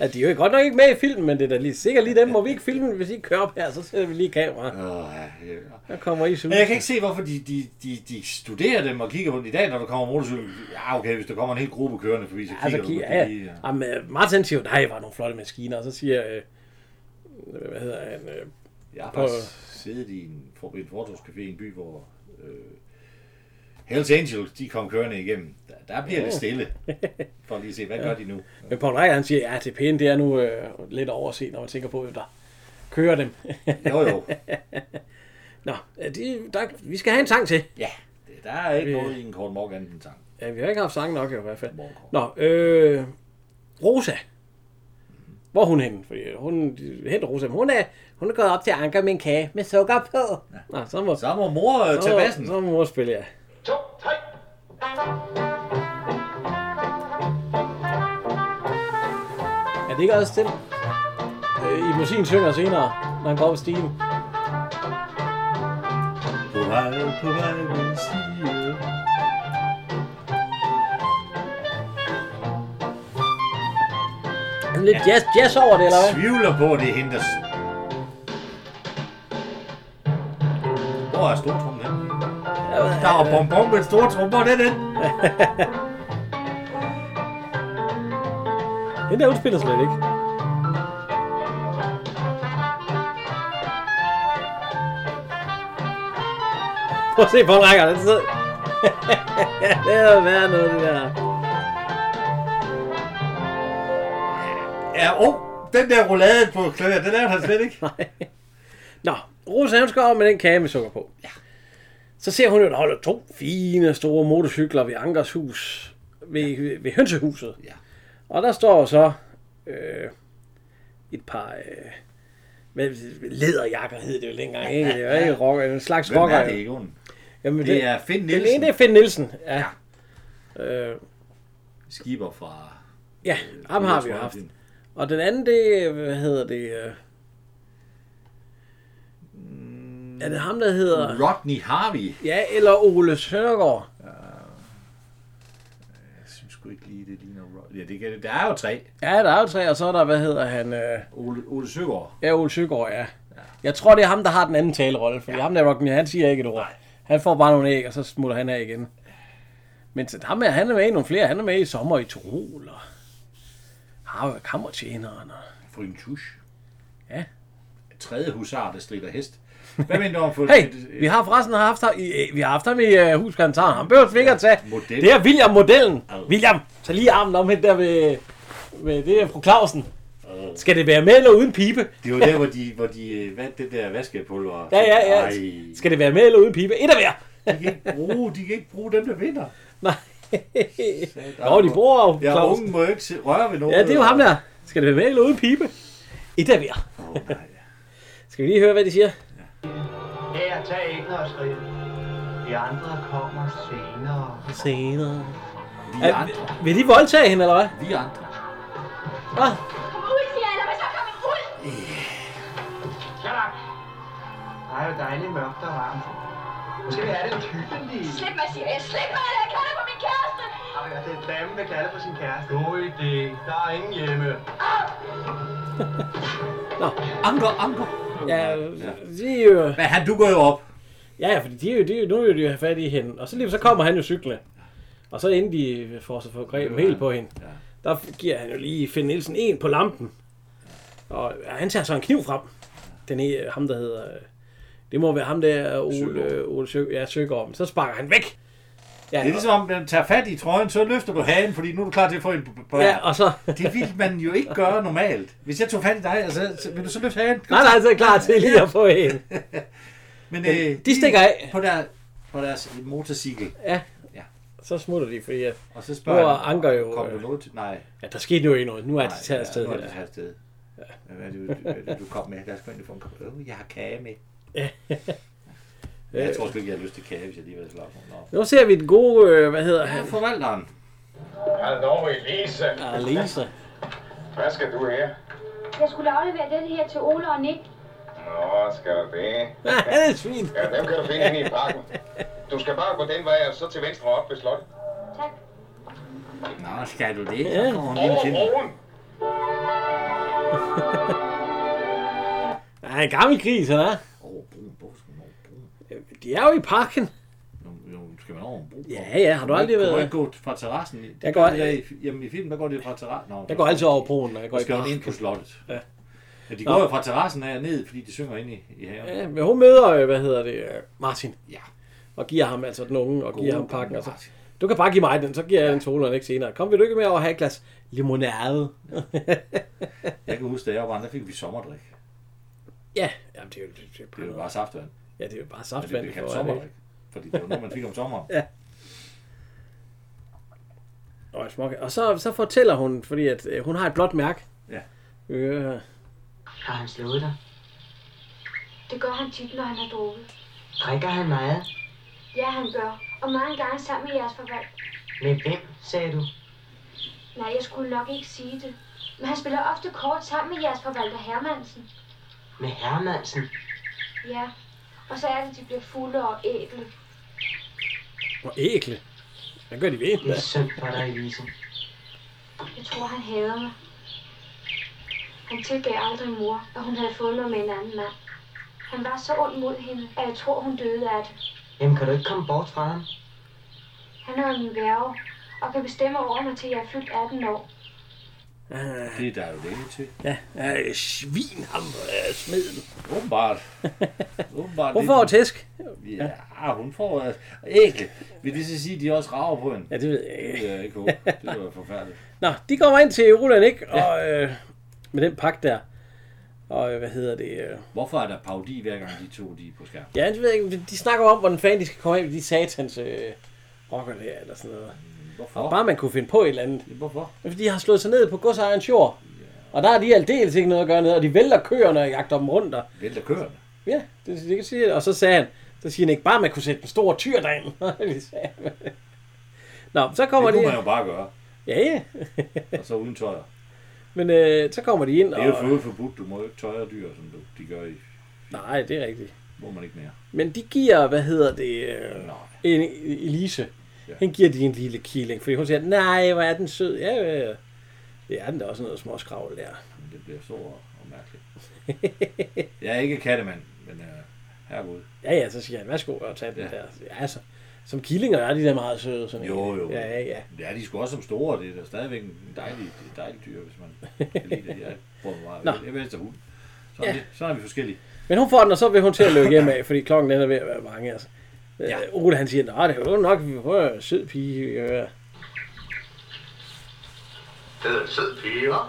Ja, de er jo godt nok ikke med i filmen, men det er da lige, sikkert lige dem, hvor vi ikke filmer, hvis I kører op her, så sætter vi lige kamera.
Åh, ja.
Der kommer I så
Men jeg kan ikke se, hvorfor de, de, de, de studerer dem og kigger på dem i dag, når der kommer motorcykel. Ja, okay, hvis der kommer en hel gruppe kørende forbi, så
Ja, så
kigger
kigger
du
Altså, ja,
på
ja.
de...
Jamen, øh, Martin siger jo, nej, var nogle flotte maskiner, og så siger, øh, hvad hedder han, øh,
Jeg har
På-
faktisk siddet i en, for- en fortorvscafé i en by, hvor øh, Hells Angels, de kom kørende igennem. Der, der bliver det stille, for lige at se, hvad gør de nu?
men Paul Reier, han siger, ja, det er pænt, det er nu øh, lidt overset, når man tænker på, hvem der kører dem.
Jo, jo.
Nå, øh, de, der, vi skal have en sang til.
Ja, det- der er ikke noget i en kort morgen anden sang.
Ja, vi har ikke haft sang nok i hvert fald.
Morgenkål.
Nå, øh, Rosa. øh, Hvor er hun henne? Fordi hun henter Rosa, men hun er, hun er gået op til Anker med en kage med sukker på. Ja. Nå, så må,
Så må mor øh,
så
tage
må-
bassen.
Så må mor spille, ja.
To, tre.
Er det ikke også stille? Øh, I musikken synger senere, når han går op ad stigen.
På vej, på vej, vil sige.
Er det lidt jazz, jazz over det, eller hvad?
Tvivler på, at det er hende, der... s- Hvor er stortrummen henne? Der var bonbon med en stortrum. Hvor er den henne?
Den der, hun spiller slet ikke. Prøv at se på rækker, den sidder. det er jo værd noget, det der.
Ja, oh, den der roulade på klaver, den lavede han slet ikke.
Nå, Rosa hun skal op med den kage med sukker på. Ja. Så ser hun jo, der holder to fine store motorcykler ved Ankers hus. Ved, ja. ved hønsehuset.
Ja.
Og der står jo så øh, et par... Øh, hvad, lederjakker hed det jo dengang, ikke? Det var ikke rocker, en slags
Hvem
rocker.
er det ikke, hun?
Jamen,
Det er Finn
Den
Nielsen,
ene det er Finn Nielsen, ja. ja. Øh,
skiber fra...
ja, ham har vi jo haft. Og den anden, det, er, hvad hedder det? Øh...
Mm.
Er det ham, der hedder...
Rodney Harvey.
Ja, eller Ole Søndergaard.
Jeg synes sgu ikke lige, det ligner Rodney. Ja, det kan, der er jo tre.
Ja, der er jo tre, og så er der, hvad hedder han? Øh...
Ole, Ole Søgaard.
Ja, Ole Søgaard, ja. Jeg tror, det er ham, der har den anden talerolle, fordi ja. ham der Rockney, han siger ikke et ord. Han får bare nogle æg, og så smutter han af igen. Men så ham er, han er med i nogle flere. Han er med i Sommer i Tirol, og har jo kammertjeneren. Og...
Fryn Tusch.
Ja.
Tredje husar, der strider hest. Hvad mener du om for...
Hey, vi har forresten haft ham i, øh, vi har haft ham i uh, huskarantaren. Han behøver vi ikke at tage.
model.
Det er William Modellen.
Au.
William, tag lige armen om hende der ved, ved det der fru Clausen. Skal det være med eller uden pibe?
Det var der, hvor de... Hvor de øh, hvad, det der vaskepulver...
Ja, ja, ja.
Ej,
Skal det være med eller uden pibe? Et af hver.
de, kan ikke bruge, de kan ikke bruge dem, der vinder.
Nej. Nå, de bruger jo
Ja,
Clausen.
ungen må jo ikke se- røre ved noget.
Ja, det er jo ham der. Skal det være med eller uden pibe? Et af hver.
Åh, nej.
Skal vi lige høre, hvad de siger?
Her, tag ikke noget skridt. De andre kommer senere.
Senere.
Vi
Er,
andre.
vil de voldtage hende, eller hvad?
Vi andre.
Ah,
Kom ud, siger jeg. Lad mig så komme ud.
Så langt. Der er jo dejligt mørkt og varmt. Nu skal vi have den hyggelige.
Slip mig, siger jeg. Slip mig, eller jeg kalder på min kæreste.
Og det er damen, der kalder på sin kæreste. God idé. Der er ingen hjemme.
nå.
Anker, anker.
Ja, øh, de er jo...
Men han, du går jo op.
Ja, ja, fordi de, er jo- de, er jo- nu vil de jo have fat i hende. Og så lige så kommer han jo cyklende. Og så inden de får sig for greb helt på hende,
Ja.
der giver han jo lige Finn Nielsen en på lampen. Og ja, han tager så en kniv frem. Den er ham, der hedder... øh, Det må være ham der, Ole,
Søgaard.
øh, Ole Sø, ja, Søgaard. Men så sparker han væk. Ja,
Det er ligesom, om den tager fat i trøjen, så løfter du hagen, fordi nu er du klar til at få en på- på
og, ja, og så...
Det ville man jo ikke gøre normalt. Hvis jeg tog fat i dig, altså, så, vil du så løfte hagen?
Nej, nej, så er jeg klar til lige at få en.
Men, øh,
de stikker af.
På, der, på deres motorcykel.
Ja.
Ja.
Så smutter de, fordi at,
Og så
nu er
spørger han,
Anker jo...
kom du
øh,
noget til? Nej,
Ja, der skete jo ikke noget. Nu er de
nej,
taget afsted.
nu er det
her.
taget afsted. Hvad er det, du, hvad er det, du kom med? Lad os gå ind og få en kop. Øh, jeg har kage med. Jeg tror sgu ikke, jeg har lyst til kage, hvis jeg lige var slap. Nå.
Nu ser vi den gode, øh, hvad hedder han?
Ja, forvalteren.
Hallo, Elise.
Alisa.
Hvad skal du her?
Jeg skulle aflevere den her til Ole og Nick.
Nå, skal du det?
Ja, han er et svin.
Ja, dem kan du finde inde i parken. Du skal bare gå den vej, og så til venstre op ved slottet.
Tak.
Nå, skal du det? Så kommer hun lige til. den.
broen!
Ja, han er en gammel gris, han er.
Over broen, broen, over broen.
De er jo i parken.
Nu- Nu skal man over en bro.
Ja, ja, har du aldrig
Kan man
været...
ikke gå fra terrassen? i-
Jeg går-
Ja, i- Jamen i filmen, der går det fra terrassen. Nå,
Jeg går altid over broen, når jeg går
Og
i
skal jo ind
parken.
på slottet.
Ja.
Ja, de
Nå.
går jo fra terrassen af og ned, fordi de synger ind i, i haven.
Ja, men hun møder, øh, hvad hedder det, øh, Martin.
Ja.
Og giver ham altså den unge, og giver ham pakken. Og så,
Martin.
du kan bare give mig den, så giver jeg den til Ole og Nick senere. Kom, vil du ikke med over at have et glas limonade?
Jeg kan huske, da jeg var barn, der fik vi sommerdrik.
Ja, jamen, det er jo, det, det er
Det var
bare,
bare saftvand.
ja, det er jo bare
Og det
saftvand.
blev
for,
kaldt
er det ikke?
sommerdrik. Fordi det var noget, man fik om sommeren.
Og, smuk. og så, så fortæller hun, fordi at, øh, hun har et blåt mærke.
Ja.
Øh,
Har han slået dig?
Det gør han tit, når han har drukket.
Drikker han meget?
Ja, han gør. Og mange gange sammen med jeres forvalter.
Med hvem, sagde du?
Nej, jeg skulle nok ikke sige det. Men han spiller ofte kort sammen med jeres forvalter Hermansen.
Med Hermansen?
Ja. Og så er det, de bliver fulde og ægle.
og ægle. Hvad gør de ved?
Det er synd for dig, Elise.
Jeg tror, han hader mig. Han tilgav aldrig mor, at hun havde fået mig med en anden mand. Han var så ond mod hende, at jeg tror, hun døde af det.
Jamen, kan du ikke komme bort fra ham?
Han er jo min værge, og kan bestemme over mig, til jeg er fyldt 18 år.
Det er der jo længe til.
Ah, Ja, øh, svin ham, øh, smeden.
Åbenbart. Åbenbart
Hun får tæsk.
Ja, hun får... Altså, ægle. Vil det så sige, at de også rager på hende?
Ja, det ved jeg ikke.
Det vil jeg ikke håbe. Det var forfærdeligt.
Nå, de kommer ind til Roland, ikke? Og øh, med den pakke der. Og øh, hvad hedder det? Øh,
Hvorfor er der paudi hver gang de to de er på skærm?
Ja, jeg ved ikke, de snakker om, hvordan fanden de skal komme af med de satans øh, rocker der, eller sådan noget.
Hvorfor?
Og bare man kunne finde på et eller andet.
Hvorfor?
Det er, Fordi de har slået sig ned på godsejerens jord. Og der har de aldeles ikke noget at gøre nede, og de vælter køerne og jagter dem rundt. Og,
Vælter køerne.
ja, det, det kan sige. Og så sagde han, så siger han ikke bare, man kunne sætte en stor tyr derinde. Det sagde han. Nå, så kommer
Det kunne
de...
man jo bare gøre.
Ja, ja.
Og så uden tøjer.
Men øh, så kommer de ind
Det er jo
og...
for forbudt. Du må jo ikke tøjre dyr, som du, de gør i.
Nej, det er rigtigt.
Må man ikke mere.
Men de giver, hvad hedder det, øh,
Nej.
en, Elise.
Ja.
Ja. Han giver de en lille killing, fordi hun siger, nej, hvor er den sød. Ja, ja, ja. Det er den da også noget småskravl der.
Men det bliver så og, og mærkeligt. Jeg er ikke kattemand, men uh, herregud.
Ja, ja, så siger han, værsgo og tag den
Ja.
ja. der. Ja, så, som killinger er de der meget søde. Sådan
Jo,
en.
jo.
Ja, ja, ja.
Ja, de er sgu også som store. Det er da stadigvæk en dejlig, det er et dejligt dyr, hvis man kan lide det. Jeg prøver meget.
Nå.
Jeg vælger hund. Sådan, ja. det, sådan er vi forskellige.
Men hun får den, og så vil hun til at løbe hjem af, fordi klokken den er ved at være mange. Altså. Ja. Øh, Ole han siger, nej, det er jo nok, vi får en sød pige. Øh.
Det er en sød pige, hva'?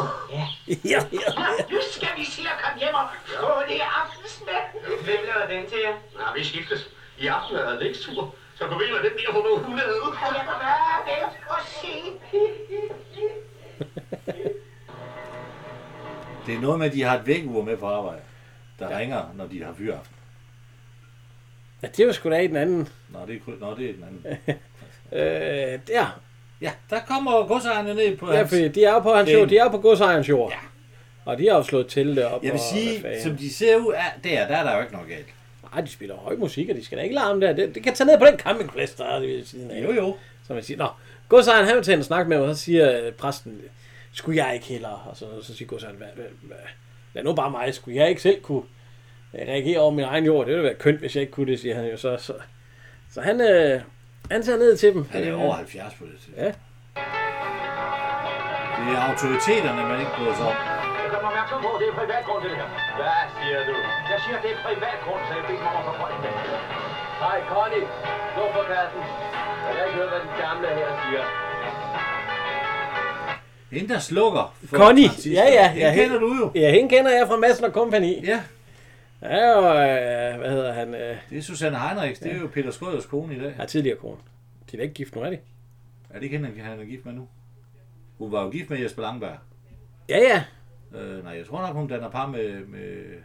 Ja, ja.
Nu skal vi se at komme hjem og få det aftensmad.
Hvem laver den til jer? Nej, vi skiftes. I aften er det ikke sur. Så kom ind, og den bliver for nogle hundrede.
Kan jeg bare vente og se?
Det er noget med, at de har et vækkeur med på arbejde, der ja. ringer, når de har fyraften.
ja, det var sgu da i den anden.
Nå, det er, kry- Nå, det er den anden.
Øh, der.
Ja, der kommer godsejerne ned på
Ja,
hans...
fordi de er jo på hans
Den-
jord, de er jo på godsejerens jord. Ja. Og de har jo slået til deroppe.
Jeg vil
og hvad
sige,
fanden.
som de ser ud af der, der er der jo ikke noget galt.
Nej, de spiller høj musik, og de skal da ikke larme der. Det, det kan tage ned på den campingplads, der er lige ved siden af.
Jo, jo.
Så man siger, nå, godsejeren, han vil tage en snak med mig, og så siger øh, præsten, skulle jeg ikke hellere? Og så, så siger godsejeren, hvad, hvad, hvad, lad nu bare mig, skulle jeg ikke selv kunne øh, reagere over min egen jord? Det ville være kønt, hvis jeg ikke kunne det, siger han jo så. Så, så han, øh, han tager ned til dem.
Han er over 70 på det tidspunkt.
Ja.
Det er autoriteterne, man ikke bryder sig om.
Jeg gør mig opmærksom på, det er privat grund til det her.
Hvad siger du?
Jeg siger, det er privat grund, så jeg beder mig om at få det med. Hej, Connie. Gå for kassen. Jeg kan ikke høre, hvad den gamle her siger.
Hende, der slukker for
Connie.
transistor.
Ja, ja,
Hende
ja,
kender
hende-
du jo.
Ja, hende kender jeg fra Madsen og Company.
Ja,
Ja, og øh, hvad hedder han? Øh,
det er Susanne Heinrichs. Det er jo Peter Skrøders kone i dag.
har tidligere kone. De er da ikke gift nu, er de?
Er det ikke hende, han er gift med nu? Hun var jo gift med Jesper Langberg.
Ja, ja.
Øh, nej, jeg tror nok, hun danner par med, med,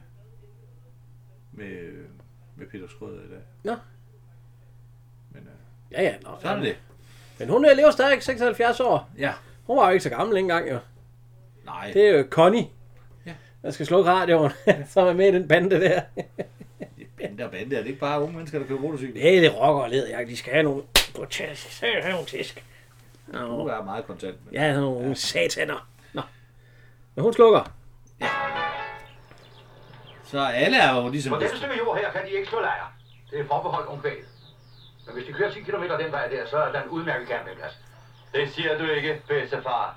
med, med Peter Skrøder i dag.
Nå.
Men øh,
Ja, ja. Nå,
sådan er det.
Men hun øh, lever stadig 76 år.
Ja.
Hun var jo ikke så gammel engang, jo.
Nej,
Det er jo Connie. Der skal slukke radioen, som er med i den bande der.
det er bande og bande. Er det ikke bare unge mennesker, der kører motorcykel?
Ja, det rocker og leder, jeg. De skal have nogle... På tæsk. Så have nogle tæsk.
Du
Nå.
er meget kontant. Men...
Ja, sådan nogle sataner. Nå. Men hun slukker.
Så alle er jo ligesom...
På dette stykke jord her kan de ikke slå lejr. Det er forbeholdt omkvædet. Men hvis de kører 10 km den vej der, så er der en udmærket campingplads.
Det siger du ikke, bedstefar.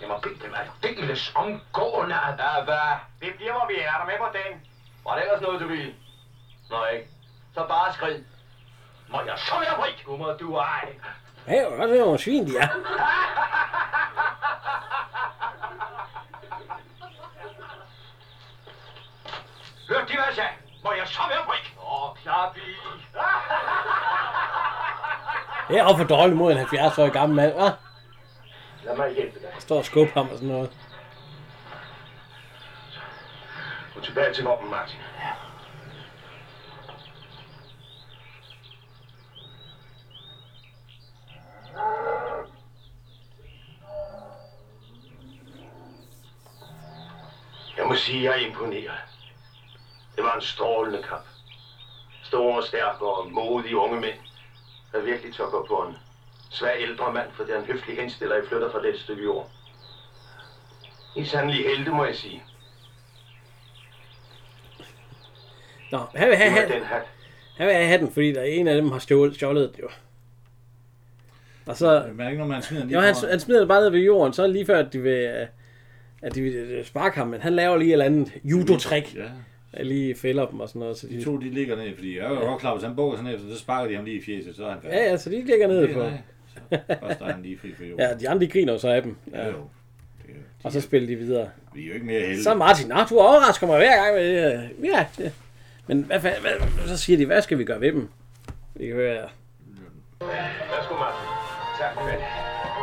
Jeg må bede dem aldeles omgående at
Ja, hvad? Vi bliver, hvor vi er. Er du med på den?
Var det ellers noget, du ville?
Nå, ikke? Så bare skrid.
Må jeg så være fri?
Nu må du ej.
Ja, det er jo også nogle svin, de er.
Hørte de, hvad jeg sagde? Må jeg så være fri?
Åh, klap i.
Det er jo for dårligt mod en 70 år gammel mand, hva'?
Lad mig hjælpe dig.
Står og skubber ham og sådan noget.
Gå tilbage til lommen, Martin. Jeg må sige, jeg er imponeret. Det var en strålende kamp. Store, stærke og modige unge mænd, der virkelig tør gå på en svær ældre mand, for det er en høflig henstiller, I flytter fra det stykke jord. I er sandelig helte, må jeg sige.
Nå, han vil have
Nu er
hatten.
den hat.
Han vil have hatten, fordi der er en af dem har stjålet, stjålet det jo. Og så...
Jeg mærker ikke, når man smider den
Jo, han, han smider det bare ned ved jorden, så lige før, at de vil, øh, at de vil øh, sparke ham, men han laver lige et eller andet judo-trick.
Ja.
Jeg lige fælder dem og sådan noget. Så
De to, de ligger ned, fordi jeg er jo godt klar, hvis han bukker sig ned, så sparker de ham lige i fjeset, så er han færdig.
Ja, ja, så de ligger nede
Det er
på.
nej. Først er han lige fri for jorden.
Ja, de andre de griner jo så af dem. Ja.
Jo,
og så spiller de videre.
Vi er jo ikke mere heldige.
Så Martin, nå, du overrasker mig hver gang. Med det. her." Ja, det. Men hvad, fa- hvad, så siger de, hvad skal vi gøre ved dem? Vi kan høre,
Værsgo, Martin. Tak, ven. Kan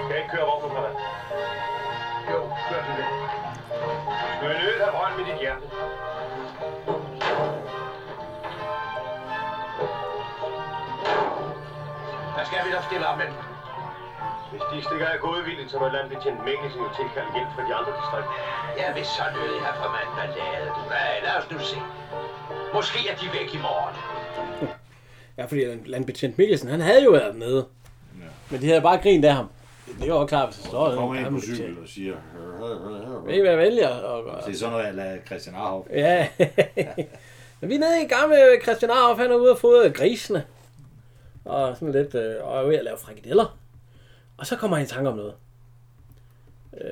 jeg ikke køre vognen for dig? Jo, kør du det. Skøn øl af brønd med dit hjerte. Hvad skal vi da stille op med dem? Hvis de stikker af godvilligt, så må landbetjent Mikkelsen jo tilkalde hjælp fra de andre distrikter.
Ja, hvis så nødig her for mand, hvad lavede du? Ja, lad os nu se. Måske er de væk i morgen.
ja, fordi land- landbetjent Mikkelsen, han havde jo været dernede. Ja. Men de havde bare grint af ham. Det var jo klart, hvis det står.
Der kommer
en
en på
landbetjent.
cykel og siger...
Ved I, hvad jeg vælger? Og,
Det er sådan noget, jeg lader Christian Arhoff.
Ja. Men vi er nede i gamle Christian Arf, han er ude og fodre grisene. Og sådan lidt, øh, og er ved at lave frikadeller. Og så kommer han i tanke om noget. Øh,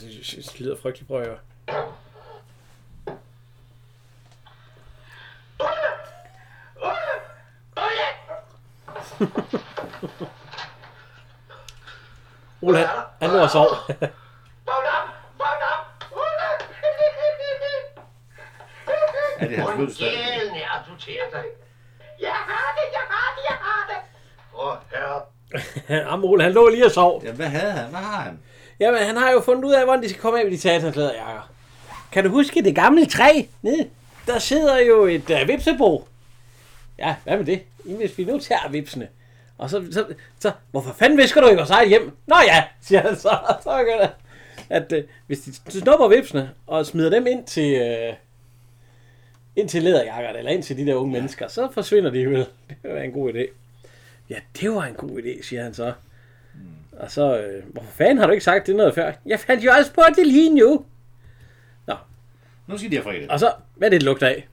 det sy- lyder frygteligt, prøver jeg. Ole, han, han lå og sov.
Er det hans fødselsdag?
Gælen er du til dig. Jeg har det, jeg har det, jeg har det.
Åh, herre.
Jamen, Ole, han lå lige og sov.
Ja, hvad havde han? Hvad har han?
Jamen, han har jo fundet ud af, hvordan de skal komme af med de satanslæder jakker. Kan du huske det gamle træ nede? Der sidder jo et øh, vipsebo. Ja, hvad med det? Jamen, Hvis vi nu tager vipsene. Og så, så, så hvorfor fanden visker du ikke vores eget hjem? Nå ja, siger han så. så gør det. At øh, hvis de snupper vipsene og smider dem ind til, øh, ind til læderjakkerne, eller ind til de der unge mennesker, så forsvinder de vel. Det vil være en god idé. Ja, det var en god idé, siger han så. Og så, øh, hvorfor fanden har du ikke sagt det noget før? Jeg fandt jo også på det lige nu.
Nu skal de have fredag.
Og så, hvad er det, det lugter af?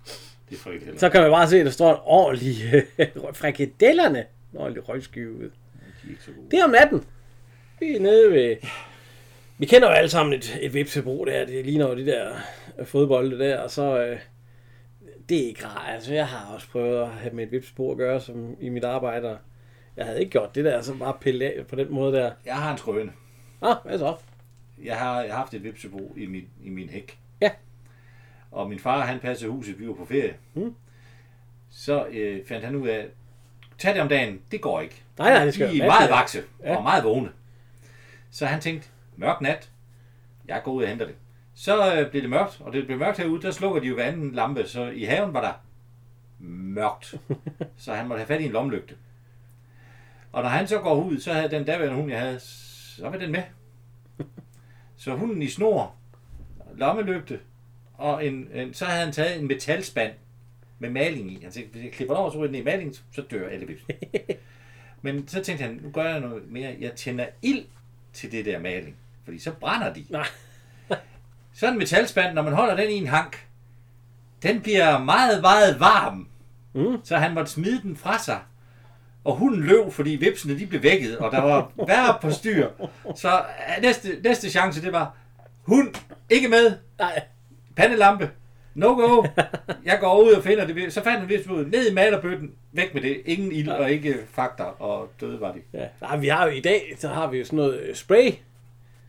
Det er fredag.
Så kan man bare se, at der står en ordentlig øh, frikadellerne. En ordentlig røgskyve ud. Det er om natten. Vi er nede ved... Vi kender jo alle sammen et, et vipsebro der. Det ligner jo de der øh, fodbolde der. Og så... Øh, det er ikke rart. Altså, jeg har også prøvet at have med et vipsebro at gøre som i mit arbejde. og Jeg havde ikke gjort det der, så bare pille af på den måde der.
Jeg har en skrøne.
Ah, hvad så?
Jeg har, jeg har haft et vipsebo i min, i min hæk.
Ja.
Og min far, han passede huset, vi var på ferie.
Mm.
Så øh, fandt han ud af, tag det om dagen, det går ikke.
Nej, nej, det skal
De er
være
meget
natten,
vakse
ja. Ja.
ja. og meget vågne. Så han tænkte, mørk nat, jeg går ud og henter det. Så øh, blev det mørkt, og det blev mørkt herude, der slukker de jo hver anden lampe, så i haven var der mørkt. så han måtte have fat i en lomlygte. Og når han så går ud, så havde den daværende hund, jeg havde, så var den med. Så hunden i snor, lommelygte, og en, en, så havde han taget en metalspand med maling i. Han tænkte, hvis jeg klipper den over, så ryger den i maling, så dør alle vips. Men så tænkte han, nu gør jeg noget mere. Jeg tænder ild til det der maling, fordi så brænder de.
Nej.
Sådan en metalspand, når man holder den i en hank, den bliver meget, meget varm.
Mm.
Så han måtte smide den fra sig. Og hunden løb, fordi vipsene de blev vækket, og der var værre på styr. Så øh, næste, næste chance, det var, hund, ikke med,
Nej.
pandelampe, no go. Jeg går ud og finder det. Så fandt han vipsbåden ned i malerbøtten, væk med det. Ingen ild og ikke fakta, og døde var de.
Ja. Nej, vi har jo i dag, så har vi jo sådan noget øh, spray.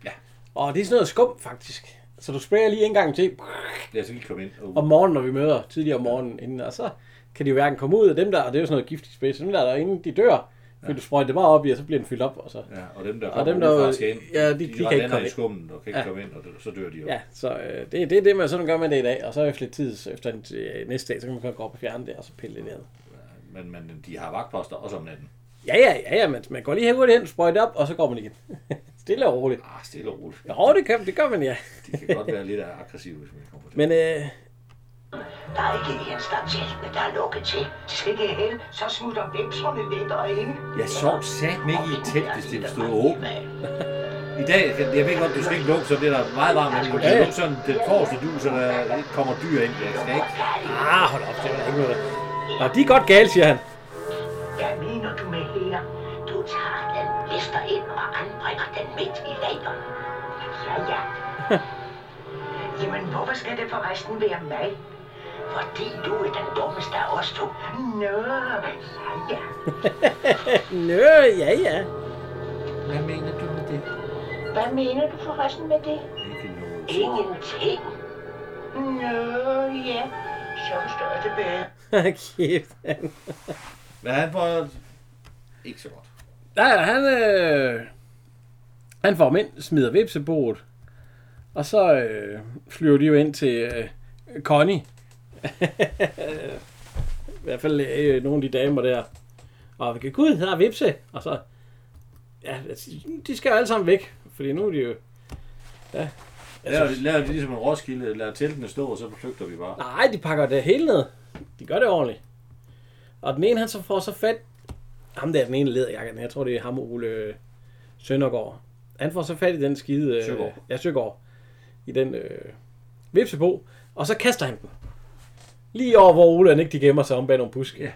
Ja.
Og det er sådan noget skum, faktisk. Så du sprayer lige en gang til
Lad os lige komme ind. Og...
om morgenen, når vi møder tidligere om morgenen inden, og så kan de jo hverken komme ud af dem der, og det er jo sådan noget giftigt spray, så dem der, der inden de dør, fyldt sprøjt det bare op i, og så bliver den fyldt op. Og så.
Ja, og dem, der
og
kommer
dem, der,
udefra, skal ind,
ja, de,
de
de, kan
render
ikke komme
i
ind.
skummen og kan ikke komme ind, og det- så dør de jo.
Ja, så øh, det, det er det, man sådan gør man det i dag, og så efter lidt tid, efter en, øh, næste dag, så kan man godt gå op og fjerne det, og så pille det ned.
Men, men de har vagtposter også om natten.
Ja, ja, ja, ja, man, man går lige hurtigt hen, sprøjter op, og så går man igen. stille og roligt.
Ah, stille og roligt.
Jo, det gør, det gør man, ja.
De kan godt være lidt aggressive, hvis man kommer til.
Men øh,
Der er ikke en eneste af teltene, der er lukket til. Til gengæld, så smutter vimserne lidt og ind.
Jeg sov sat mig ikke i et telt, hvis det stod åbent. I dag, jeg ved godt, du skal ikke lukke, så det er der meget varmt, men du kan
Ja.
lukke sådan den forreste du, så der ikke kommer dyr ind. Jeg skal ikke.
ah, hold op, det er der ikke noget. Og de er godt gale, siger han.
Hvad mener du med her? Du tager den lister ind og anbringer den midt i lageren.
Ja, ja. Jamen, hvorfor skal det forresten være mig?
Fordi du er den dummeste af os to.
Nå, ja.
Nø, ja, ja.
Hvad mener du med det?
Hvad mener du forresten med det? Ingenting. Nå, ja. Så forstår jeg det bedre.
Kæft, han.
Men han får ikke så godt.
Nej, nej, han, øh, han får dem ind, smider vipsebordet, og så øh, flyver de jo ind til øh, Connie. I hvert fald øh, nogle af de damer der. Og vi gud, der er vipse. Og så, ja, de skal jo alle sammen væk, fordi nu er de jo... Ja,
Laver, laver de ligesom en roskilde, lader teltene stå, og så flygter vi bare.
Nej, de pakker det hele ned. De gør det ordentligt. Og den ene, han så får så fat... Ham der, den ene lederjakken, jeg tror, det er ham Ole øh, Søndergaard. Han får så fat i den skide... Øh,
Søgaard.
Ja, Søgaard. I den øh, vipsebo. Og så kaster han den. Lige over, hvor Ole han ikke de gemmer sig om bag nogle buske. Ja.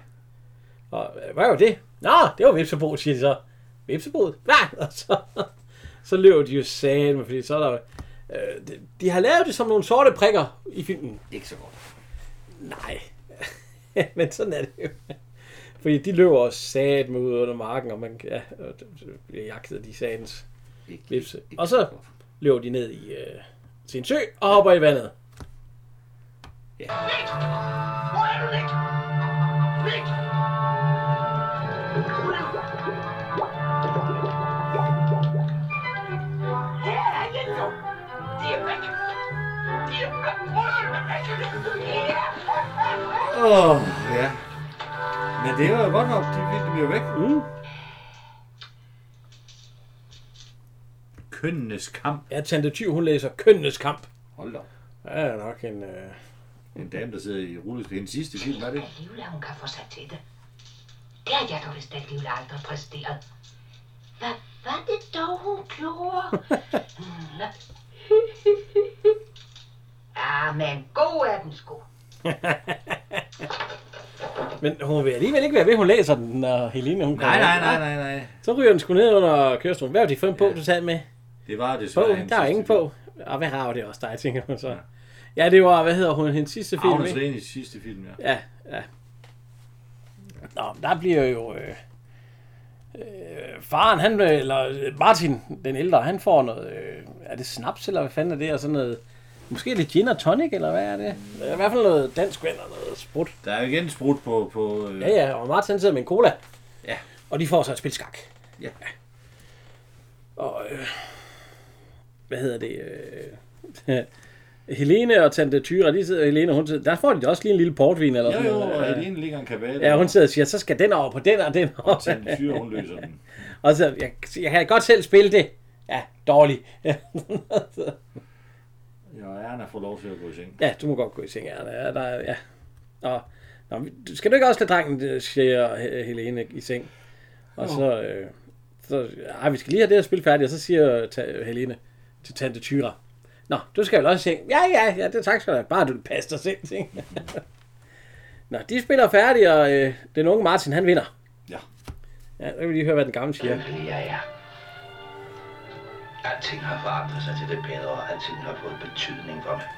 Og øh, hvad var det? Nå, det var vipsebo, siger de så. Vipseboet? Nej! Og så, så løber de jo satme, fordi så er der... Øh, de, de har lavet det som nogle sorte prikker i filmen.
Ikke så godt.
Nej. Men sådan er det jo. Fordi de løber også sat med ud under marken, og man kan- ja, og d- d- bliver jagtet af de satens vipse. Og så løber de ned i, øh, til en sø og hopper i vandet.
Nick! Hvor er du, Nick? Nick! Her er jeg nu! De er væk! De er væk!
Åh, oh, ja. Men det var jo godt nok, de fik dem jo væk.
Mm.
Kønnenes kamp.
Ja, Tante Tyv, hun læser kønnenes kamp.
Hold da. op.
Ja, det er nok en... Øh...
En dame, der sidder i rulleskøj. Hendes sidste film, hvad er det?
Alligevel, hun kan få sig til det. Det har jeg dog vist alligevel aldrig præsteret. Hvad var det dog, hun gjorde? Nå. ah, men god er den sgu.
Men hun vil alligevel ikke være ved, hun læser den, når Helene hun kommer
Nej, nej,
ind.
nej, nej, nej.
Så ryger den sgu ned under kørestolen. Hvad var de fem på, du sad med?
Det var det
På,
svært.
der er ingen på. Og hvad rager det også dig, tænker hun så. Ja, det var, hvad hedder hun, hendes sidste film,
Agnes
ikke?
Renes sidste film, ja.
Ja, ja. Nå, men der bliver jo... Øh, øh, faren, han, øh, eller øh, Martin, den ældre, han får noget... Øh, er det snaps, eller hvad fanden er det? Og sådan noget... Måske lidt gin og tonic, eller hvad er det? I hvert fald noget dansk vand og noget sprut.
Der er jo igen sprut på... på øh,
Ja, ja, og Martin han sidder med en cola.
Ja.
Og de får så et spil skak.
Ja.
Og... Øh, hvad hedder det? Øh, Helene og Tante Tyra, de sidder, Helene, hun sidder, der får de også lige en lille portvin eller
Jo,
sådan
jo,
noget.
og
Ja.
Helene ligger en kabale.
Ja, hun sidder og siger, så skal den over på den og den over.
Og Tante Tyre, hun løser den.
og så, jeg, jeg kan godt selv spille det. Ja, dårligt.
Ja, og Erna får lov til at gå i seng.
ja, du må godt gå i seng, Erna. Ja, der, er- ja. Og, nå, men du- skal du ikke også lade drengen, øh, siger He- Helene i seng. Og
Jo.
så, øh, så ej, vi skal lige have det her spil færdigt, og så siger ta- Helene til Tante Tyra. Nå, du skal vel også i seng. Ja, ja, ja, det er tak skal du have. Bare du passer dig selv, ting. Nå, de spiller færdigt, og øh, den unge Martin, han vinder.
Ja.
Ja, så kan vi lige høre, hvad den gamle siger.
Lykkelig jeg er. Alting har forandret sig til det bedre, og alting har fået betydning for mig.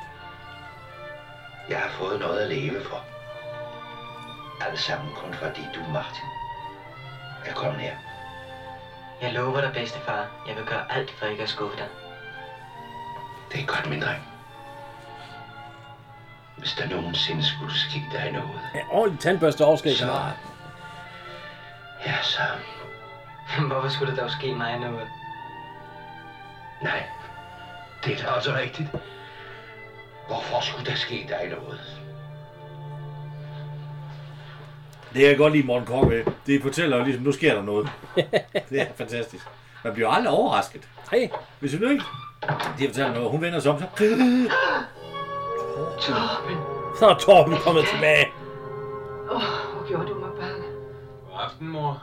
Jeg har fået noget at leve for. Alt sammen kun fordi du, Martin, er kommet her.
Jeg lover dig, bedstefar. Jeg vil gøre alt for ikke at skuffe dig.
Det er godt, min dreng. Hvis der nogensinde skulle ske dig noget,
Ja, ordentlig tandbørste overskæg.
så... Ja, så...
Hvorfor skulle der dog ske mig noget?
Nej, det er da også rigtigt. Hvorfor skulle der ske dig noget?
Det kan jeg godt lide Morten Kork ved. Det fortæller jo ligesom, nu sker der noget. Det er fantastisk. Man bliver aldrig overrasket.
Nej.
Hvis hun ikke... Det fortæller noget. Hun vender sig om, så...
Torben.
Så er Torben kommet tilbage.
Åh, oh, hvor gjorde du mig bange.
God aften, mor.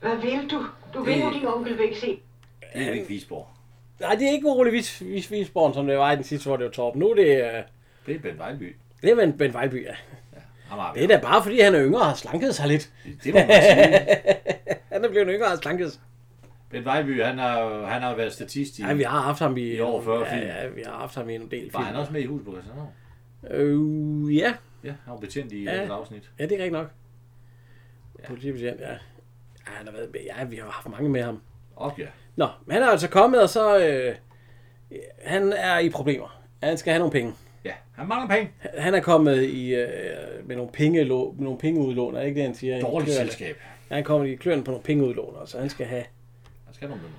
Hvad vil du? Du ved jo, din onkel vil ikke se.
Det er ikke Visborg.
Nej, det er ikke Ole Vis, Vis, Visborn, som det var i den sidste, hvor det var Torben. Nu er det... Øh...
Det er Ben Vejlby.
Det er Ben, ben Vejlby, ja.
Amager.
Det er da bare, fordi han er yngre og har slanket sig lidt.
Det må man sige.
han er blevet yngre og har slanket sig.
Ben Vejlby, han har, han har været statist i...
Ja, vi har haft ham i...
I over 40
ja,
film.
ja, vi har haft ham i en del film.
Var han også med i hus på Christianshavn?
Øh, ja.
Ja, han var betjent i
Ja.
ja. et afsnit.
ja, det er rigtigt nok. Ja. Politibetjent, ja. ja. Han har været med. Ja, vi har haft mange med ham.
Og ja.
Nå, men han er altså kommet, og så... Øh, han er i problemer. Han skal have nogle penge.
Ja, han mangler penge.
Han er kommet i, øh, med nogle, penge, nogle pengeudlån, er det ikke det, han siger?
Dårligt
I kløerne.
selskab.
Ja, han kommer i kløerne på nogle pengeudlån, så han skal have...
Han skal have nogle penge.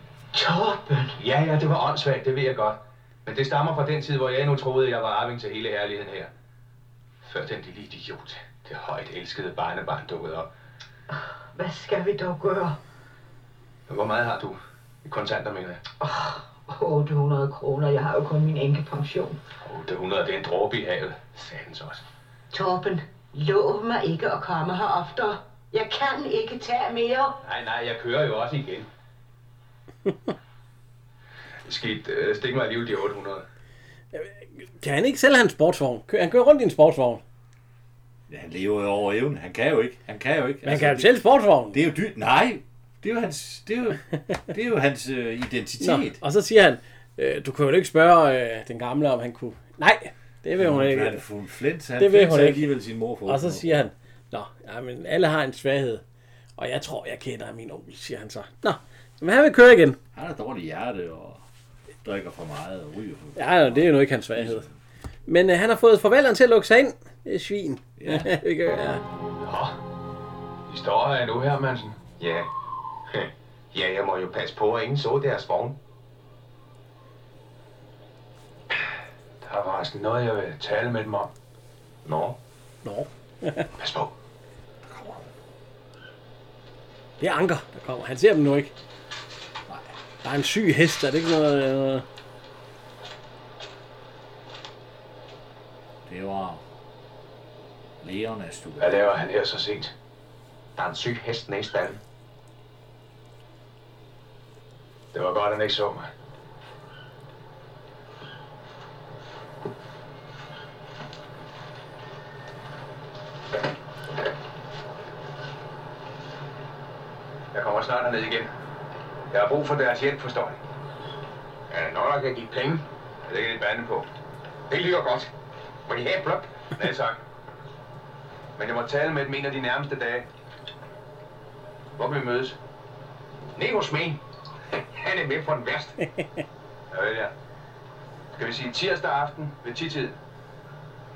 Torben! Ja, ja, det var åndssvagt, det ved jeg godt. Men det stammer fra den tid, hvor jeg endnu troede, jeg var arving til hele herligheden her. Før den lille idiot, det højt elskede barnebarn dukkede op.
Hvad skal vi dog gøre?
Hvor meget har du i kontanter, mener jeg?
800 kroner. Jeg har jo kun min enkepension.
800, det er en dråbe i havet, sagde han så også.
Torben, lov mig ikke at komme her oftere. Jeg kan ikke tage mere.
Nej, nej, jeg kører jo også igen. Skidt, øh, stik mig alligevel de 800.
Kan han ikke sælge hans sportsvogn? Kø- Han kører rundt i en sportsvogn.
Ja, han lever jo over evnen. Han kan jo ikke. Han kan jo ikke. Altså,
Man kan jo
det-
sælge sportsvognen.
Det er jo dyrt. Nej, det er jo hans, det er jo, det er jo hans øh,
Nå,
identitet.
og så siger han, øh, du kunne jo ikke spørge øh, den gamle, om han kunne... Nej, det vil hun
Han,
ikke.
han flint, han
Det
det
vil
flint,
hun
hun
ikke.
alligevel sin mor for.
Og så siger han, Nå, ja, men alle har en svaghed. Og jeg tror, jeg kender min onkel, siger han så. Nå, men han vil køre igen.
Han har dårligt hjerte og drikker for meget og ryger for meget.
Ja, det er jo ikke hans svaghed. Men øh, han har fået forvalteren til at lukke sig ind. Det er svin.
Ja.
Det gør jeg.
Nå, de står her endnu, Hermansen. Ja. Ja, jeg må jo passe på, at ingen så deres vogn. Der var altså noget, jeg vil tale med dem om. Nå,
Nå,
pas på.
det er Anker, der kommer. Han ser dem nu ikke. Der er en syg hest, er det ikke noget... Øh...
Det var Leonas stue.
Hvad laver han her så sent? Der er en syg hest nede i stallen. Det var godt, at han ikke så mig. Jeg kommer snart herned igen. Jeg har brug for deres hjælp, forstår I. Er det nok, at jeg give penge? Det kan de bande på. Det lyder godt. Må de have blok? Nej, tak. Men jeg må tale med dem en af de nærmeste dage. Hvor kan vi mødes? Ned hos mig. Han er med på den værst. Ja, vel, ja. Skal vi sige tirsdag aften ved 10 tid?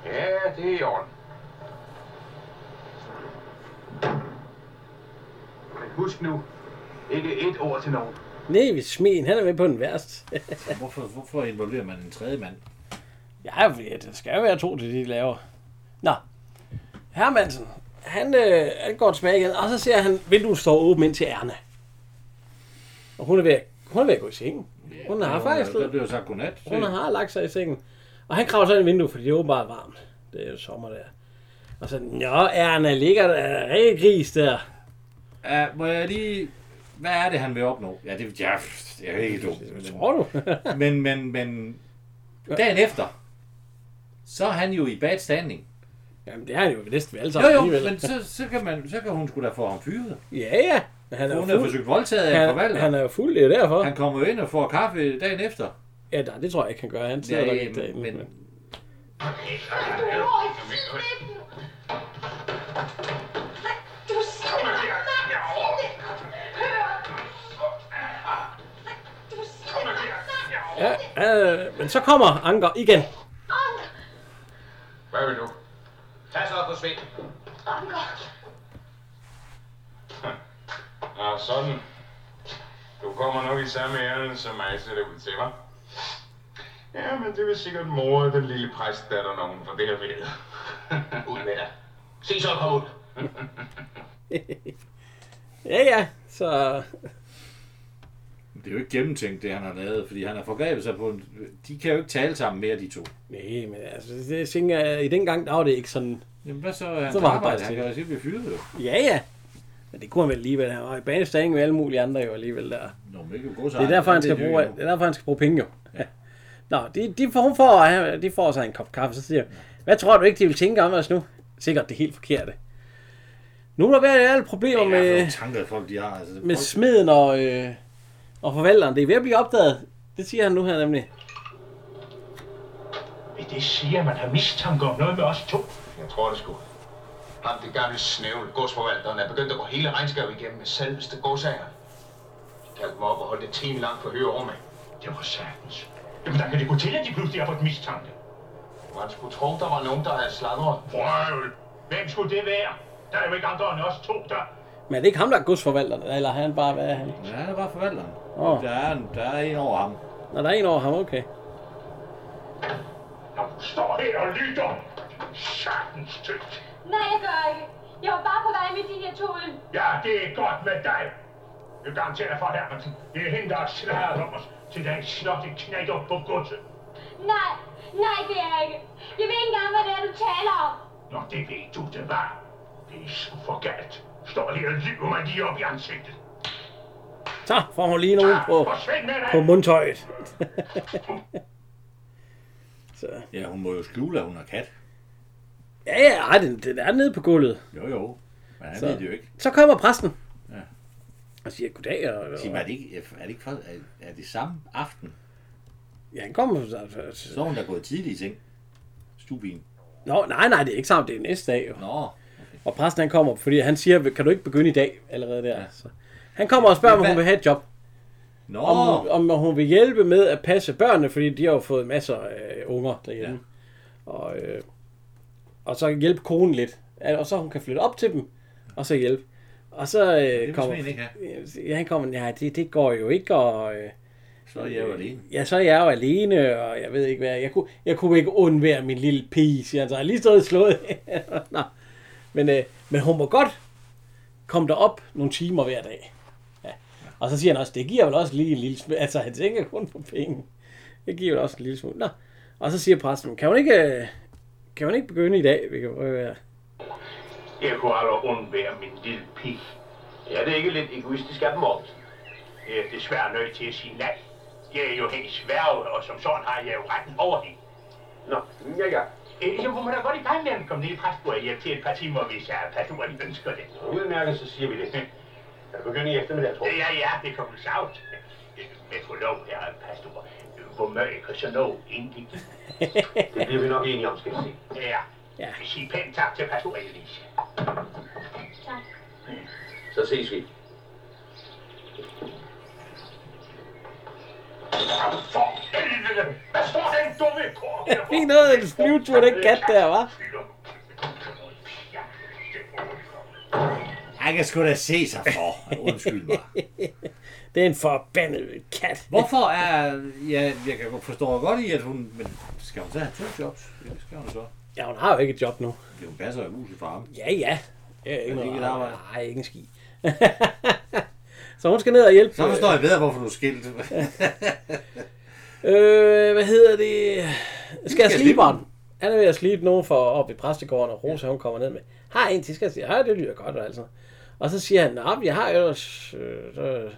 Ja, det er i orden. Men husk nu, ikke et ord til nogen.
Nej, vi smin, han er med på den værst.
Hvorfor, hvorfor involverer man en tredje mand?
ja, fordi det skal jo være to til det, de laver. Nå, Hermansen, han, øh, han går tilbage igen, og så ser han, vinduet står åbent ind til Erna. Og hun er ved, at- hun er ved at gå i sengen. Hun har faktisk...
Der blev sagt godnat.
Hun har lagt sig i sengen. Og han kravler så ind i vinduet, fordi det er åbenbart varmt. Det er jo sommer der. Og så, nå, Erna ligger der en rigtig gris der.
Ja, må jeg lige... Hvad er det, han vil opnå? Ja, det ja, pff, jeg er ikke dum.
Tror du?
Men, men, men... Dagen efter, så er han jo i bad standing.
Jamen, det er han jo næsten ved alle
Jo,
sammen
jo,
alligevel.
men så, så, kan man, så kan hun sgu da få ham fyret.
Ja, ja. Men Han er jo
Hun er
fuld.
forsøgt voldtaget af en
Han,
forvalter.
han er jo fuld, det er derfor.
Han kommer jo ind og får kaffe dagen efter.
Ja, nej, det tror jeg ikke, han gør. Han sidder
Ja,
der
ja,
ikke derinde.
men,
Men...
Du slipper mig! Du slipper mig!
Ja, øh, men så kommer Anker igen.
Hvad vil du? Pas op på Svend.
Anker!
Nå, sådan. Du kommer nok i samme ærne som mig, ser det ud til, hva'? Ja, men det vil sikkert mor og den lille præstdatter, når hun får det her ved. ud med dig. Se så, kom ud.
Ja, ja, så...
Det er jo ikke gennemtænkt, det han har lavet, fordi han har forgrebet sig på en... De kan jo ikke tale sammen mere, de to.
Nej, men altså, det jeg tænker jeg, i den gang, der var det ikke sådan...
Jamen, hvad så? Han
Så var han
arbejde,
bare
han kan
til.
jo sige, blive fyret jo.
Ja, ja. Men det kunne han vel alligevel. Han var i banestanding med alle mulige andre jo alligevel der.
Nå, men det kan jo gå så
Det er
langt.
derfor, han
Det er
skal
det
bruge,
jo.
det er derfor, han skal bruge penge jo. Ja. Nå, de, de, får, hun får, de får sig en kop kaffe, så siger hun, hvad tror du ikke, de vil tænke om os nu? Sikkert det helt forkerte. Nu er der været alle problemer
Hvad er det for
med,
nogle tanker, folk de har? Altså, det-
med smeden og, øh, og forvalteren. Det er ved at blive opdaget. Det siger han nu her nemlig.
Vil det sige, at man har mistanke om noget med os to? Jeg tror det sgu. Ham, det gamle snævel, godsforvalteren, er begyndt at gå hele regnskabet igennem med selveste godsageren. De kaldte mig op og holdt en time langt for høre over mig. Det var sagtens. Jamen, der kan det gå til, at de pludselig har fået mistanke. Man skulle tro, der var nogen, der havde sladret. Vrøvl! Hvem skulle det være? Der er jo ikke andre end os to, der...
Men er det ikke ham, der er godsforvalteren? Eller er han bare, hvad er han?
Ja, han er bare forvalteren.
Åh.
Der, er, en- der er en over ham.
Nå, der er en over ham, okay.
Når du står her og lytter, sagtens tøft.
Nej, jeg gør ikke. Jeg var bare på vej med de her to øl.
Ja, det er godt med dig. Jeg garanterer for Hermansen. Det er hende, der har sladret om os til den snotte knæk op på godset.
Nej, nej, det er jeg ikke. Jeg ved ikke engang, hvad det er, du taler om.
Nå, det ved du, det var. Det er så for galt. Står lige og lyver mig lige op i ansigtet.
Så får hun lige nogen på, på mundtøjet. så.
Ja, hun må jo skjule, at hun er kat.
Ja, ja, ej, den, den er nede på gulvet.
Jo, jo. Men han
Så.
ved det jo ikke.
Så kommer præsten.
Ja.
Og siger, goddag. Og, og,
Sig mig, er det ikke, er det ikke for, er, er det samme aften?
ja, han kommer. Så, så,
Så
så.
er hun da gået tidligt i seng. Stubin.
Nå, nej, nej, det er ikke sammen, det er næste dag. Jo.
Nå.
Og præsten han kommer, fordi han siger, kan du ikke begynde i dag allerede der? Ja. Så. Han kommer og spørger, om
Men
hun
hvad-
vil have et job.
Nå.
Om, om hun vil hjælpe med at passe børnene, fordi de har jo fået masser af øh, unger derhjemme. Ja. Og, øh, og så hjælpe konen lidt. Al- Og så hun kan flytte op til dem, og så hjælpe. Og så øh,
vil
kommer...
smeden ikke
Ja, han kommer, nej, det, det går jo ikke, og... Øh,
Så er jeg jo alene.
Ja, så er jeg jo alene, og jeg ved ikke hvad. Jeg kunne, jeg kunne ikke undvære min lille pige, siger han så. Jeg har lige stået og slået. Nå. Men, øh, men hun må godt komme derop nogle timer hver dag. Ja. Og så siger han også, det giver vel også lige en lille smule. Altså, han tænker kun på penge. Det giver vel også en lille smule. Nå. Og så siger præsten, kan hun ikke, øh, kan hun ikke begynde i dag? Vi kan prøve her.
Jeg kunne aldrig undvære min lille pige. Er det ikke lidt egoistisk af dem om? Jeg er desværre nødt til at sige nej. Jeg er jo helt sværge, og som sådan har jeg jo retten over hende. Nå, ja, ja. Jeg må da godt i gang med at komme ned i præstbordet hjem til et par timer, hvis jeg personligt ønsker det. Udmærket, så siger vi det. Jeg begynder i eftermiddag, tror jeg. Ja, ja, det kommer savt. Med forlov, herre pastor. Hvor mørk og sådan noget indgik. det bliver vi nok enige om, skal vi se. Ja.
Ja.
Sig pænt tak til pastor Elise.
Tak.
Så ses vi. For helvede! Hvad står den dumme kår?
Fint noget af en flyvetur, den kat der, var.
Han kan sgu da se sig for. Undskyld mig.
Det er en forbandet kat.
Hvorfor er... Ja, jeg kan godt forstå godt i, at hun... Men skal hun så have to jobs? Ja, det skal hun så.
Ja, hun har jo ikke et job nu.
Ja, hun passer jo huset for ham.
Ja, ja. Jeg er ikke
det ikke
noget
et arbejde?
arbejde. Nej, ikke en ski. så hun skal ned og hjælpe.
Så forstår jeg bedre, hvorfor du er skilt.
Øh, hvad hedder det? Skal jeg
slippe
slibe ham? Han er ved at slibe nogen for op i præstegården, og Rosa hun kommer ned med. Har en til, skal jeg sige, ja, det lyder godt, og altså. Og så siger han, nej, jeg har ellers... Øh, så,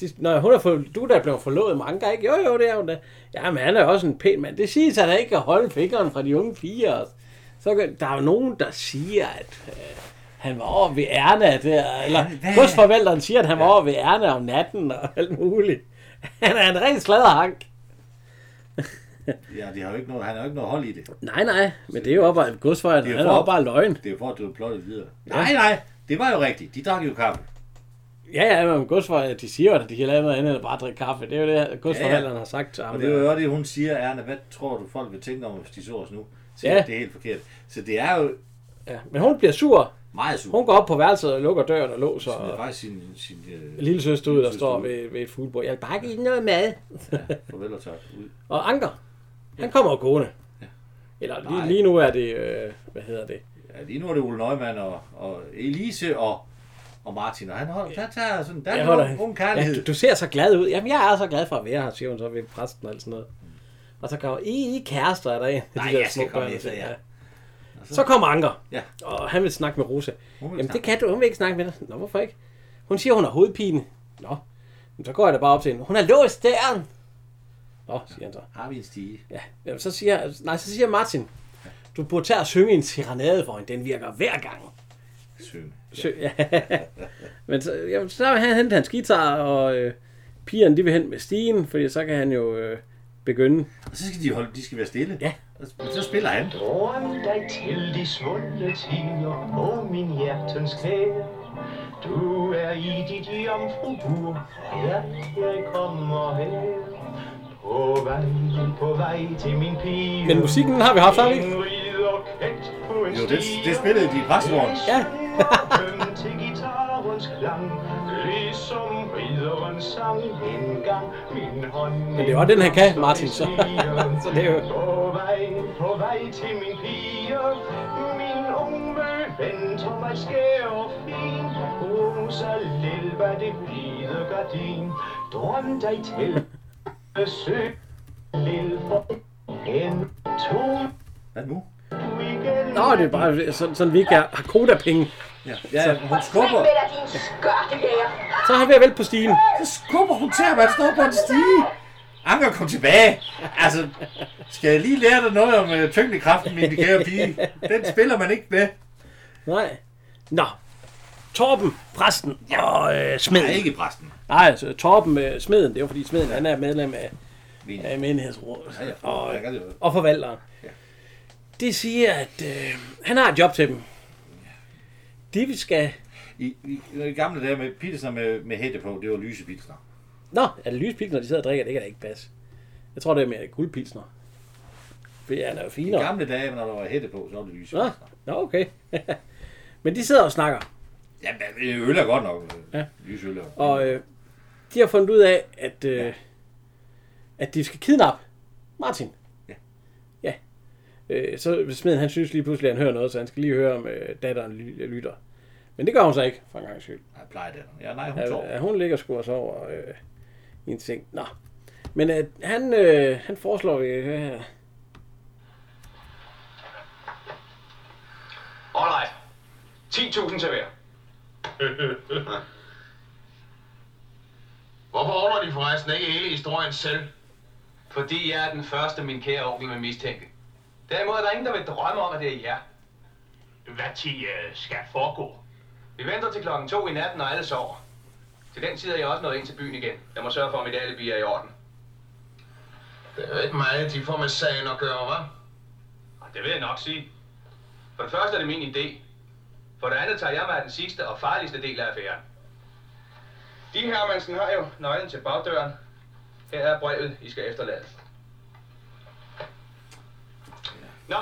de, når hun er for, du er da blevet forlovet mange gange, ikke? Jo, jo, det er hun da. Jamen, han er også en pæn mand. Det siges, at han ikke kan holde fingeren fra de unge piger. og Så kan- der er jo nogen, der siger, at øh, han var over ved Erna der, eller
hvad?
godsforvalteren siger, at han var over ved Erna om natten og alt muligt. Han er en ren sladderhank.
Ja, de har jo ikke noget, han har jo ikke noget hold i det.
Nej, nej, men det er jo også bare godsfejl,
Det er
det
jo
er
for-
jo bare løgn.
Det er jo for, at du plottet videre. Nej, nej. Det var jo rigtigt. De drak jo kaffe.
Ja, ja, men godsfejl, de siger jo, at de kan lave noget andet end bare drikke kaffe. Det er jo det, godsforvalteren
Ja,
ja, ja. har sagt til ham.
Og det er jo også det, hun siger, Erna, hvad tror du, folk vil tænke om, hvis de så os nu? Så
Ja.
ja. det er helt forkert. Så det er jo...
ja. Men hun bliver sur,
Meget sur.
Hun går op på værelset og lukker døren og låser.
Smider
Og
faktisk sin, sin øh,
lille søster ud, der
lillesøster
står ved, ved et fuglebord. Jeg vil bare give hende noget mad.
Farvel og tak. Ud.
Og Anker, han kommer og gående. Eller lige, lige nu er det, øh, hvad hedder det?
Ja, lige nu er det Ole Nøgman og, og Elise og, og Martin, og han holder, der tager sådan, der er en ung kærlighed.
Ja, du, du ser så glad ud. Jamen, jeg er så glad for at være her, siger hun så ved præsten og alt sådan noget. Og så kommer I, I er kærester er der en. af de
Nej,
der
jeg skal
små
komme
børn,
efter
siger,
jer.
ja. Så kommer Anker,
Ja.
og han vil snakke med Rosa.
Hun vil
Jamen, det
snakke.
kan du, hun vil ikke snakke med dig. Nå, hvorfor ikke? Hun siger, hun har hovedpine. Nå, men så går jeg da bare op til hende. Hun har låst døren. Nå, siger han så.
Har vi en stige?
Ja, jamen, så siger, nej, så siger Martin, du burde tage og synge en serenade for hende. Den virker hver gang.
Søn.
Sø, ja. Men så, jamen, så vil han hente hans guitar, og øh, pigerne de vil hen med stigen, fordi så kan han jo øh, begynde.
Og så skal de holde, de skal være stille.
Ja.
Men så spiller han.
Drøm dig til de svundne tider, på min hjertens kære. Du er i dit jomfrubur, og ja, jeg kommer her. På vej, på vej til min pige.
Men musikken har vi haft, har vi ikke?
En rider kendt på en
Jo, det,
stige.
det spillede de i præstegården.
Ja.
Øm til guitarens klang, ligesom ridderens sang engang. Min hånd
Men det er også den, han kan, Martin, så, så det er jo...
på vej, på vej til min pige. Min unge venter mig skær og fin. Rosa lilva det hvide gardin. Drøm dig til besøg. Lille for en to
Hvad nu?
Nå, det er bare sådan, sådan vi ikke har, har kodapenge.
Ja, ja hun
Væk
skubber.
med dig, din skørte lærer.
Så er han ved at vælte på stigen.
Så skubber hun til, at man står på en stige. Anker, kom tilbage. Altså, skal jeg lige lære dig noget om øh, tyngdekraften, min kære pige? Den spiller man ikke med.
Nej. Nå. Torben, præsten og øh,
Nej,
smeden.
ikke præsten.
Nej, altså Torben, øh, smeden, det er jo fordi smeden, han er medlem af,
Menighed.
af menighedsrådet.
Ja, ja.
Og, øh,
Jeg kan det jo.
og forvalteren. Det siger, at øh, han har et job til dem. De vi skal...
I, i, i gamle dage med pilsner med, med hætte på, det var lyse pilsner.
Nå, er det lyspilsner, de sidder og drikker? Det kan da ikke passe. Jeg tror, det er mere guldpilsner. Det er jo
I
finere.
gamle dage, når der var hætte på, så var det lyse
Nå,
pilsner.
nå okay. Men de sidder og snakker,
Ja, men øl er godt nok.
Ja.
Ja. Lyse øl er godt.
og øh, de har fundet ud af, at, øh, ja. at de skal kidnappe Martin.
Ja.
Ja. Øh, så smeden, han synes lige pludselig, at han hører noget, så han skal lige høre, om øh, datteren ly- lytter. Men det gør hun så ikke, for en gang skyld.
Nej, plejer det. Ja, nej, hun
Ja,
sover.
ja, hun ligger sgu og sover øh, i en seng. Nå. Men øh, han, øh, han foreslår, øh,
Alright. 10.000 til hver. Hvorfor ordner de forresten ikke hele historien selv?
Fordi jeg er den første, min kære onkel vil mistænke. Derimod er der ingen, der vil drømme om, at det er jer. Hvad ti øh, skal foregå? Vi venter til klokken to i natten, og alle sover. Til den tid er jeg også nået ind til byen igen. Jeg må sørge for, at mit alibi er i orden.
Det er jo ikke meget, de får med sagen at gøre, hva'?
Og det vil jeg nok sige. For det første er det min idé. For det andet tager jeg mig af den sidste og farligste del af affæren. De her Mansen har jo nøglen til bagdøren. Her er brevet, I skal efterlade. Nå,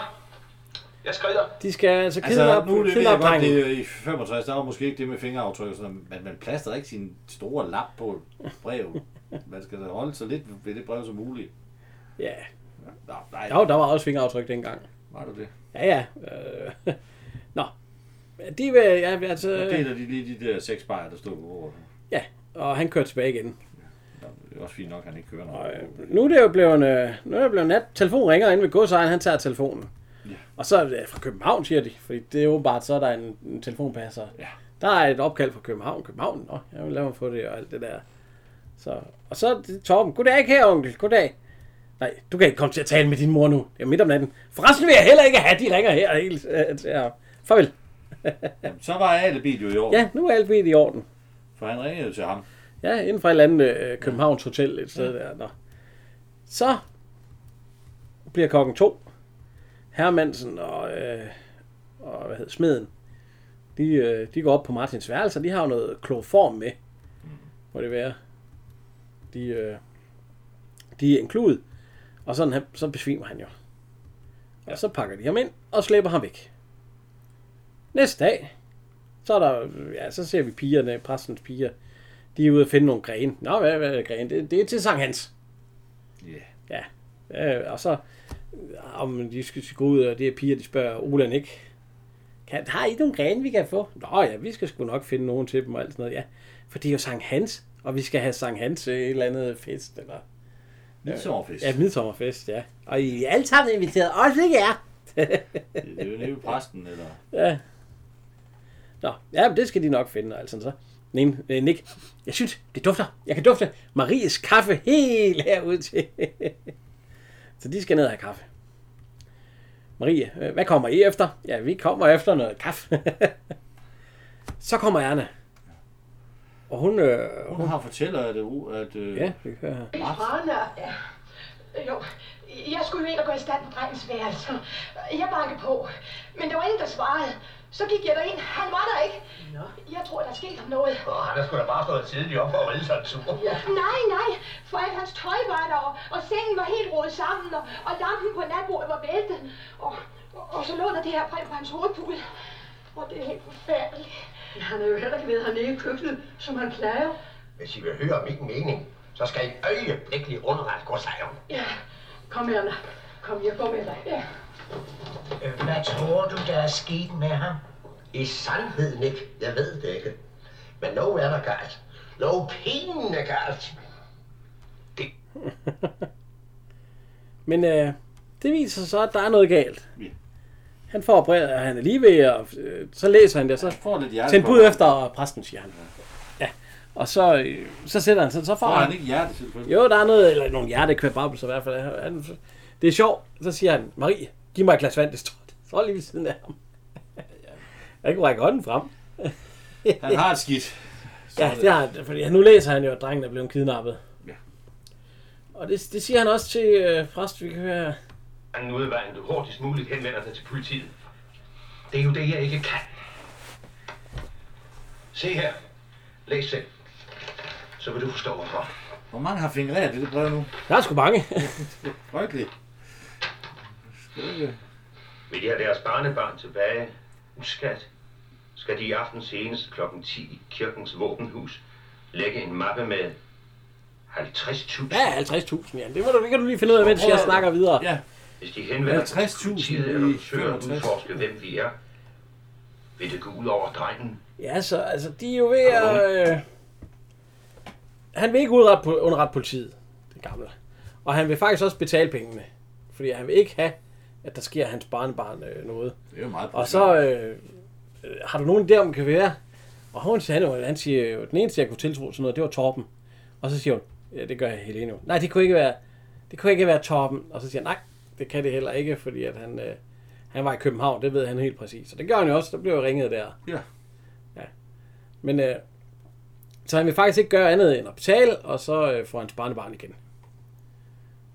jeg skrider.
de skal altså kidnappe
Altså, nu er det, ved jeg
kidnappe
godt,
drengen.
det er i 65, der var måske ikke det med fingeraftryk og sådan noget, men man plaster ikke sin store lap på et brev. Man skal da holde så lidt ved det brev som muligt.
Ja.
Nå, nej,
Jo, der var også fingeraftryk dengang.
var du det?
Ja, ja. Øh, Nå. De vil, ja, altså,
Så deler de lige de der seks bajer, der stod på bordet.
ja, og han kører tilbage igen.
Nå, Det er også fint nok, at han ikke kører noget.
Nu er det jo blevet, øh, nu er det blevet nat. Telefonen ringer inde ved godsejeren, han tager telefonen.
Ja.
Og så er det fra København, siger de. Fordi det er åbenbart, så er der en, en telefonpasser.
Ja.
Der er et opkald fra København. København, nå, jeg vil lade mig få det og alt det der. Så, og så er det Torben. Goddag, kære onkel. Goddag. Nej, du kan ikke komme til at tale med din mor nu. Det er midt om natten. Forresten vil jeg heller ikke have, de ringer her. og helt, øh, til jer. Farvel.
Jamen, så var alibi jo i år,
Ja, nu er alt ved i orden.
for han ringede jo til ham.
Ja, inden for et eller andet øh, Københavns Hotel et sted der. Nå. Så bliver klokken to. Hermansen og, øh, og hvad hedder smeden, de, øh, de går op på Martins værelse, og de har jo noget kloform med. Må det være. De, øh, de er en klud, og sådan, han, så besvimer han jo. Og så pakker de ham ind og slæber ham væk. Næste dag, Så, er der, ja, så ser vi pigerne, præstens piger. De er ude at finde nogle grene. Nå, hvad, hvad er grene? Det, det er til Sankt Hans.
Ja.
Ja. Øh, og så, øh, om de skal gå ud, og de her piger, de spørger Olan ikke. Kan, har I nogle grene, vi kan få? Nå ja, vi skal sgu nok finde nogen til dem og alt sådan noget. Ja, for det er jo Sankt Hans, og vi skal have Sankt Hans øh, et eller andet fest. Eller,
Midsommerfest.
Ja, midsommerfest, ja. Og I er alle sammen inviteret, også ikke jer.
Det er jo nede ved præsten, eller...
Ja. Nå, ja, men det skal de nok finde, altså så. Den ene, øh, Nick, jeg synes, det dufter. Jeg kan dufte Maries kaffe helt herude til. så de skal ned og have kaffe. Marie, øh, hvad kommer I efter? Ja, vi kommer efter noget kaffe. så kommer Erna. Og hun, øh, hun,
Hun har fortæller, at... øh, at øh,
Ja, vi hører her.
Brønder. Ja. Jo, jeg skulle jo ind og gå i stand på drengens værelse. Jeg bankede på, men der var ingen, der svarede. Så gik jeg derind. Han var der ikke. Jeg tror, der er sket ham noget.
Åh, han er sgu da bare stået tidligt op for at ride sig en tur. Ja.
Nej, nej, for alt hans tøj var der, og, og sengen var helt rodet sammen, og, og lampen på natbordet var væltet. Og, og, og så lå der det her brev på hans hovedpude. Og det er helt forfærdeligt.
Han er jo heller ikke ved hernede i køkkenet, som han plejer.
Hvis I vil høre min mening, så skal I øjeblikkeligt underrette godsejeren.
Ja, kom Erna. Kom, jeg går med dig. Ja.
Øh, Hvad tror du, der er sket med ham?
I sandhed, Nick. Jeg ved det ikke. Men nu er der galt. Nu er pinende galt.
Men øh, det viser sig så, at der er noget galt. Han får brevet, og han er lige ved, og øh, så læser han det, og så
får lidt hjerte
send
på
bud
ham.
efter og præsten, siger han. Ja. Og så, øh, så sætter han sig, så får
Får han ikke hjerte, selvfølgelig?
Jo, der er noget, eller nogle hjertekvababelser i hvert fald. Han, det er sjovt, så siger han, Marie, giv mig et glas vand, det står, det står lige ved siden af ham. Jeg kunne række hånden frem.
Han har et skidt.
Ja, det har han, fordi nu læser han jo, at drengen er blevet kidnappet.
Ja.
Og det, det siger han også til øh, præst, vi kan høre her.
anden udvej, end du hurtigst muligt henvender dig til politiet. Det er jo det, jeg ikke kan.
Se her. Læs selv. Så vil du forstå, hvorfor.
Hvor mange har fingreret det, det brev nu?
Der er sgu mange.
Frygteligt.
Vil de have deres barnebarn tilbage? Uskat. Skal de i aften senest kl. 10 i kirkens våbenhus lægge en mappe med 50.000?
Ja, 50.000, ja. Det, må du, det kan du lige finde ud af, mens jeg snakker videre.
Ja.
Hvis de henvender sig til
50.000
politiet
i
eller forsøger at
65.
udforske, hvem vi er, vil det gå ud over drengen.
Ja, så altså, de er jo ved at... Øh, han vil ikke udrette, po- underrette politiet, det gamle. Og han vil faktisk også betale pengene. Fordi han vil ikke have, at der sker hans barnebarn øh, noget.
Det er jo meget
Og så øh, øh, har du nogen der, om kan være? Og hun siger, han, jo- han siger, jo, den eneste, jeg kunne tiltro sådan noget, det var Torben. Og så siger hun, ja, det gør jeg Helene jo. Nej, det kunne ikke være, det kunne ikke være Torben. Og så siger han, nej, det kan det heller ikke, fordi at han, øh, han var i København, det ved han helt præcis. Og det gør han jo også, der blev jo ringet der.
Ja.
ja. Men øh, så han vil faktisk ikke gøre andet end at betale, og så øh, får hans barnebarn igen.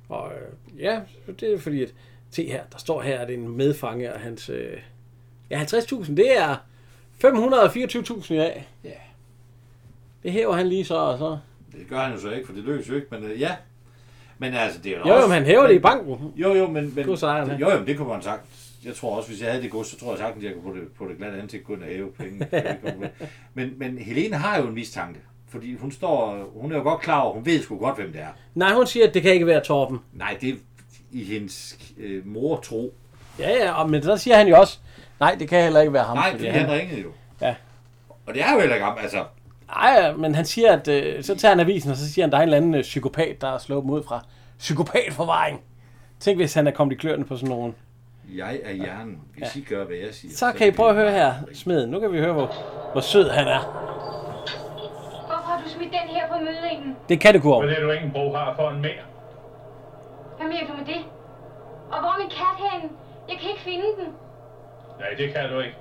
Og øh, ja, det er fordi, at se her, der står her, at det er en medfange, og hans... Øh, ja, 50.000, det er 524.000 i dag.
Ja.
Det hæver han lige så, og så...
Det gør han jo så ikke, for det løser jo ikke, men øh, ja. Men altså, det er
Jo, jo, men han hæver det i banken.
Jo, jo, men... men
God sejren, ja.
jo, jo, men det kunne man sagtens. Jeg tror også, hvis jeg havde det gods, så tror jeg sagtens, jeg kunne på det, på det glatte ansigt gå ind og hæve penge. men, men Helene har jo en mistanke. Fordi hun står, hun er jo godt klar over, hun ved sgu godt, hvem det er.
Nej, hun siger, at det kan ikke være Torben.
Nej, det er i hendes øh, mor tro.
Ja, ja, og, men så siger han jo også, nej, det kan heller ikke være ham.
Nej,
fordi
fordi han ringede jo.
Ja.
Og det er jo heller ikke ham, altså.
Nej, men han siger, at øh, så tager han avisen, og så siger han, at der er en eller anden øh, psykopat, der er slået mod fra psykopatforvaring. Tænk, hvis han er kommet i kløerne på sådan nogen.
Jeg er hjernen. Hvis I gør, hvad jeg siger.
Så kan I prøve at høre her, smeden. Nu kan vi høre, hvor, hvor sød han er.
Hvorfor har du smidt den her på mødingen?
Det kan det gå om.
Men det er du ingen brug har for en mere.
Hvad mener du med det? Og hvor er min kat henne? Jeg kan ikke finde den.
Nej, det kan du ikke.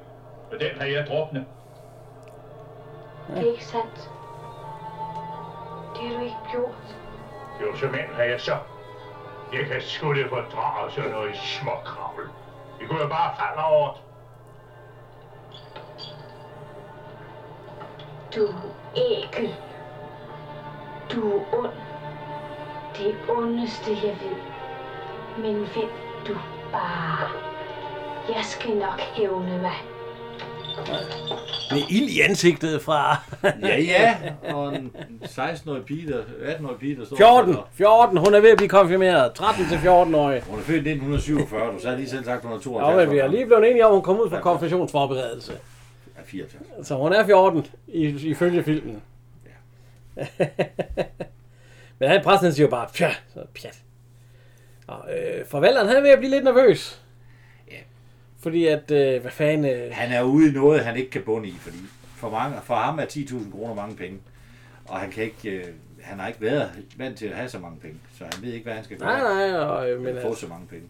For den har jeg druknet.
Det er ikke sandt. Det har du ikke gjort.
Jo, så mænd har jeg så. Jeg kan sgu det fordrage sådan noget småkravl. Vi kunne jo bare falde over det.
Du er ækel. Du er ond. Det ondeste, jeg ved. Men vent du bare. Jeg skal nok hævne mig.
Med ild i ansigtet fra...
Ja, ja. Og en 16-årig pige, der, 18-årig pige, der står...
14, 14, hun er ved at blive konfirmeret. 13 til 14 årige
Hun er født i 1947, du sagde lige selv sagt, hun er 72.
Og men vi er lige blevet enige om, at hun kom ud fra konfirmationsforberedelse.
Ja, 74.
Så hun er 14, i- ifølge filmen. Men han præsten han siger jo bare, pjat, så pjat. Og øh, forvalteren, han er ved at blive lidt nervøs. Fordi at, øh, hvad fanden... Øh,
Han er ude i noget, han ikke kan bunde i, fordi for, mange, for ham er 10.000 kroner mange penge. Og han kan ikke... Øh, han har ikke været vant til at have så mange penge, så han ved ikke, hvad han skal
Nej, nej, og, øh, men
men få
altså-
så mange penge.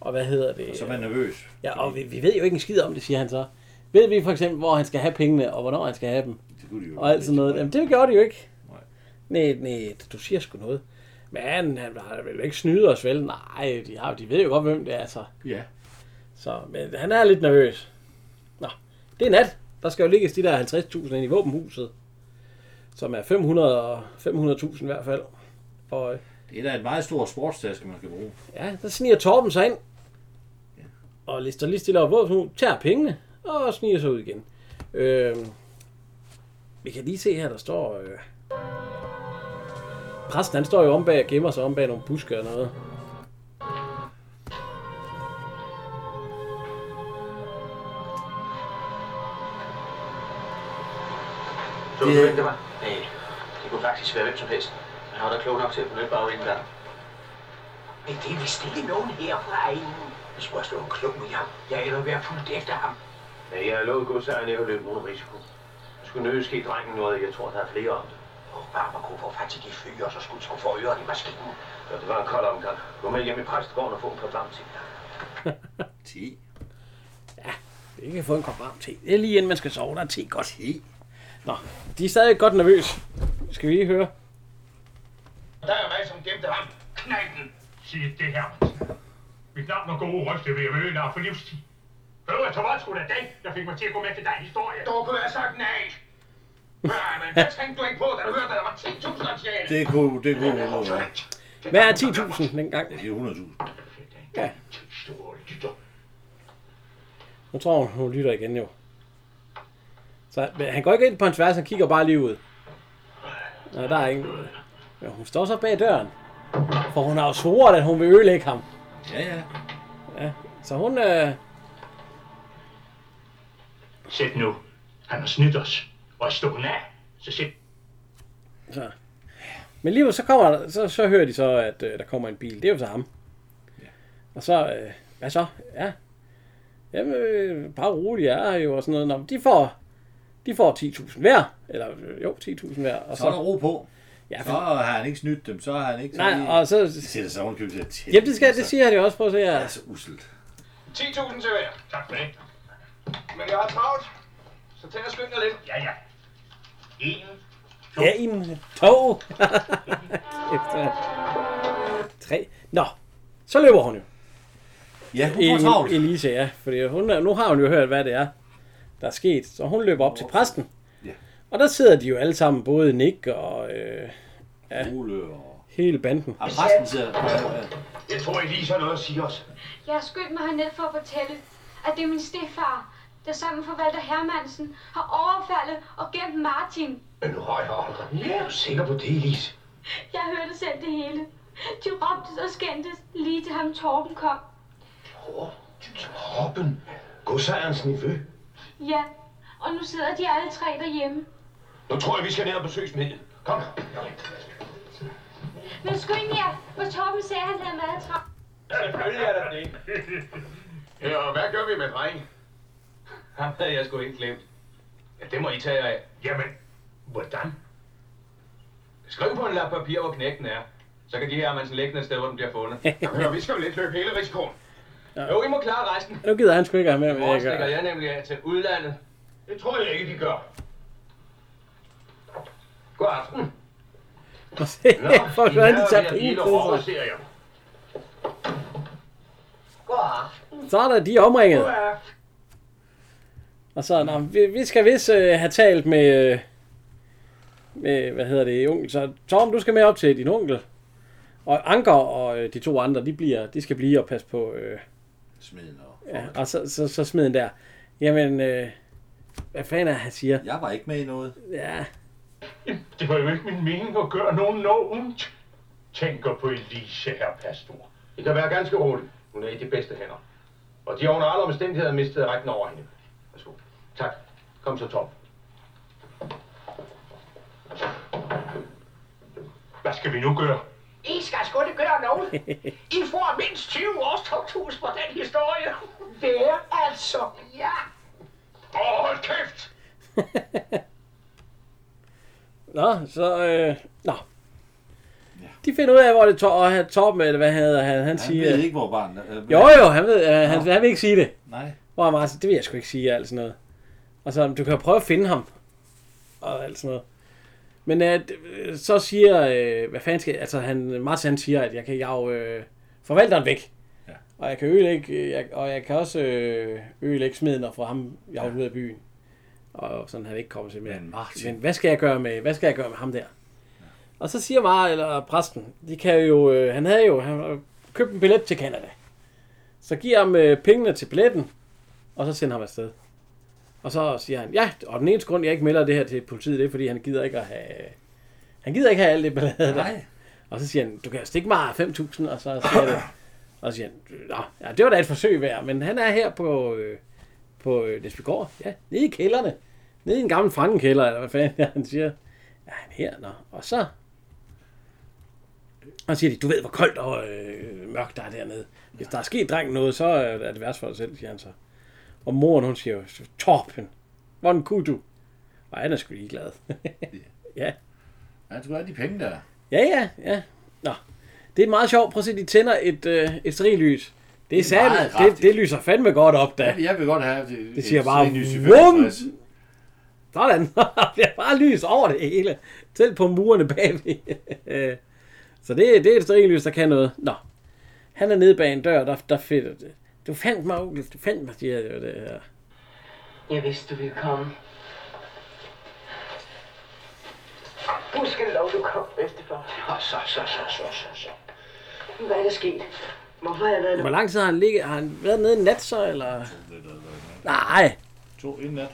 Og hvad hedder det?
Og så er man nervøs.
Ja, og vi, vi ved jo ikke en skid om det, siger han så. Ved vi for eksempel, hvor han skal have pengene, og hvornår han skal have dem?
Det kunne de jo
og alt sådan noget. Jamen, det gjorde de jo ikke. Nej, nej, du siger sgu noget. Men han har vel ikke snyde os, vel? Nej, de, har, de ved jo godt, hvem det er, så.
Ja.
Så, men han er lidt nervøs. Nå, det er nat. Der skal jo ligges de der 50.000 ind i våbenhuset. Som er 500 og 500.000 i hvert fald. Og, øh,
Det er da et meget stort sportstaske, man skal bruge.
Ja, der sniger Torben sig ind. Og lister lige stille op våben, tager pengene og sniger sig ud igen. Øh, vi kan lige se her, der står... Øh, præsten han står jo om bag og gemmer sig om bag nogle buske og noget.
Så du ved, hvem det var? Nej, det kunne faktisk være hvem som helst. Men han var da klog nok til at benytte bagvinden der. Men det er vist ikke nogen herfra inden. Jeg skulle også være klog med ham. Jeg er være fuldt efter ham.
Ja, jeg har lovet godsejeren, jeg vil løbe nogen risiko. Jeg skulle nødig ske drengen noget, jeg tror, der er flere om det.
Og Barber kunne få fat i de fyre, så skulle de sgu få ørerne i maskinen.
Så det var en kold omgang. Gå med hjem i præstegården og få en par varme til.
Ti.
Det kan få en kop varm te. Det er lige inden man skal sove, der er te godt. Te. Nå, de er stadig godt nervøs. Skal vi lige høre?
Der er mig, som gemte ham. Knækken. Sig det her. Mit navn er gode røste ved at møde for livstid. Øvrigt, så var det sgu da den, der fik mig til at gå med til dig historie. Du kunne have sagt nej. Nej, men hvad tænkte du ikke på, da du hørte, at der var 10.000 at tjene?
Det kunne, det kunne hun godt være.
Hvad er 10.000 dengang?
Det er 100.000.
Ja. Nu tror hun, hun lytter igen jo. Så men han går ikke ind på en tværs, han kigger bare lige ud. Nej, der er ingen. Ja, hun står så bag døren. For hun har jo svoret, at hun vil ødelægge ham.
Ja, ja.
Ja, så hun... Øh,
Sæt nu. Han har snydt os. Og stå hun af. Så sæt
så. Men lige så kommer der- så, så hører de så, at øh, der kommer en bil. Det er jo så ham. Og så, øh, hvad så? Ja. Jamen, øh, bare rolig, jeg er her jo, og sådan noget. Nå, men de får, de får 10.000 hver. Eller, øh, jo, 10.000 hver. Og
Så er der ro på.
Ja,
Så har han ikke snydt dem, så har han ikke...
Nej, og så...
Det sætter sig ovenkøbet til at tæt.
Jamen, det, skal, det siger han jo også. Prøv at se her.
Det er så uselt.
10.000 til hver. Tak for det. Men jeg har travlt. Så tag og skynd dig lidt. Ja, ja. En.
Ja, en tog. Efter tre. Nå, så løber hun jo.
Ja,
hun får travlt. Elise, ja. Fordi hun, er- nu har hun jo hørt, hvad det er, der er sket. Så hun løber op til præsten.
Ja.
Og der sidder de jo alle sammen, både Nick og... Øh, ja,
Ole og...
Hele banden.
Og præsten sidder...
Jeg tror, Elise har noget at sige os.
Jeg har skyndt mig herned for at fortælle, at det er min stefar, der sammen med forvalter Hermansen har overfaldet og gemt Martin.
Men nu har jeg aldrig. Ja, er du sikker på det, Elise?
Jeg hørte selv det hele. De råbte og skændtes lige til ham Torben kom.
Torben. Godsejerens niveau.
Ja, og nu sidder de alle tre derhjemme.
Nu tror jeg, vi skal ned og besøge smedjen. Kom.
Men skynd jer, for Torben sagde, at han havde meget travlt.
Selvfølgelig er der det. ja, og hvad gør vi med drengen? Ham havde jeg sgu ikke glemt. Ja, det må I tage jer af. Jamen, hvordan? Skriv på en lap papir, hvor knægten er. Så kan de her mands lægge et sted, hvor den bliver fundet. Jamen, hør, vi skal jo lidt løbe hele risikoen. Jo, I må klare resten.
Nu gider han sgu ikke have med,
I
hvad
morgen
jeg
stikker
gør.
jeg nemlig af til udlandet. Det tror jeg ikke, de gør. God aften.
Og se, for hvordan de tager penge på sig. Så er der de er omringet. Og så, nå, vi, vi skal vist øh, have talt med, øh, med, hvad hedder det, onkel. Så Torben, du skal med op til din onkel. Og Anker og øh, de to andre, de, bliver, de skal blive og passe på... Øh,
Smeden og...
Ja, og så, så, så smed den der. Jamen, øh, Hvad fanden er han siger?
Jeg var ikke med i noget.
Ja.
Det var jo ikke min mening at gøre nogen nogen. Tænker på Elise, herr pastor.
I kan være ganske rolig. Hun er i de bedste hænder.
Og de har under alle omstændigheder mistet retten over hende.
Tak. Kom så, Tom.
Hvad skal vi nu gøre?
I skal sgu ikke gøre noget. I får mindst 20 års tugthus for den historie. Det er altså. Ja.
Åh, hold kæft!
Nå, så... Øh, nå. De finder ud af, hvor det tår, og han- Torben, eller hvad hedder han, han, han siger...
ved ikke, hvor barnet er.
Jo, jo, han, ved, øh, han, han vil ikke sige det.
Nej.
Hvor er Martin? Det vil jeg sgu ikke sige, alt sådan noget. Og så, du kan jo prøve at finde ham. Og alt sådan noget. Men øh, d- øh, så siger, øh, hvad fanden skal, altså han, Martin han siger, at jeg kan jage øh, forvalteren væk. Ja. Og jeg kan ødelægge, øh, jeg, og jeg kan også øh, ødelægge smeden og få ham jaget ja. ud af byen. Og sådan han ikke kommer til mere. Men, Men hvad skal jeg gøre med, hvad skal jeg gøre med ham der? Og så siger Mar, eller præsten, de kan jo, øh, han havde jo han har købt en billet til Canada. Så giver ham øh, pengene til billetten, og så sender ham afsted. Og så siger han, ja, og den eneste grund, jeg ikke melder det her til politiet, det er, fordi han gider ikke at have... Han gider ikke have alt det ballade der.
Nej.
Og så siger han, du kan jo stikke mig 5.000, og så siger det. Og så siger han, Nå, ja, det var da et forsøg værd, men han er her på, øh, på øh, Nesbygård, ja, nede i kælderne. Nede i en gammel frankenkælder, eller hvad fanden han siger. Ja, han er her, nå. Og så og så siger de, du ved, hvor koldt og øh, mørkt der er dernede. Hvis der er sket drengen noget, så øh, er det værst for dig selv, siger han så. Og moren, hun siger jo, Torben, hvordan kunne du? Og han er sgu ligeglad. ja.
Han skulle have de penge der.
Ja, ja, ja. Nå. Det er meget sjovt. Prøv at se, de tænder et, øh, et sterillys. Det er,
Det er meget
særligt. Det,
kraftigt.
det, lyser fandme godt op, da.
Jeg, jeg vil godt have det.
Det siger bare,
vum!
vum! Sådan, der bliver bare lys over det hele. Selv på murene bagved. Øh, Så det, det er et sterillys, der kan noget. Nå, han er nede bag en dør, der, der finder det. Du fandt mig, onkel. Du fandt mig, siger jeg jo det her.
Jeg vidste, du ville komme. Gudskelov, du kom, bedstefar.
Så, så, så, så, så, så.
Hvad er der sket? Hvorfor har jeg været
Hvor lang tid har han ligget? Har han været nede en nat så, eller? Nej.
To en nat.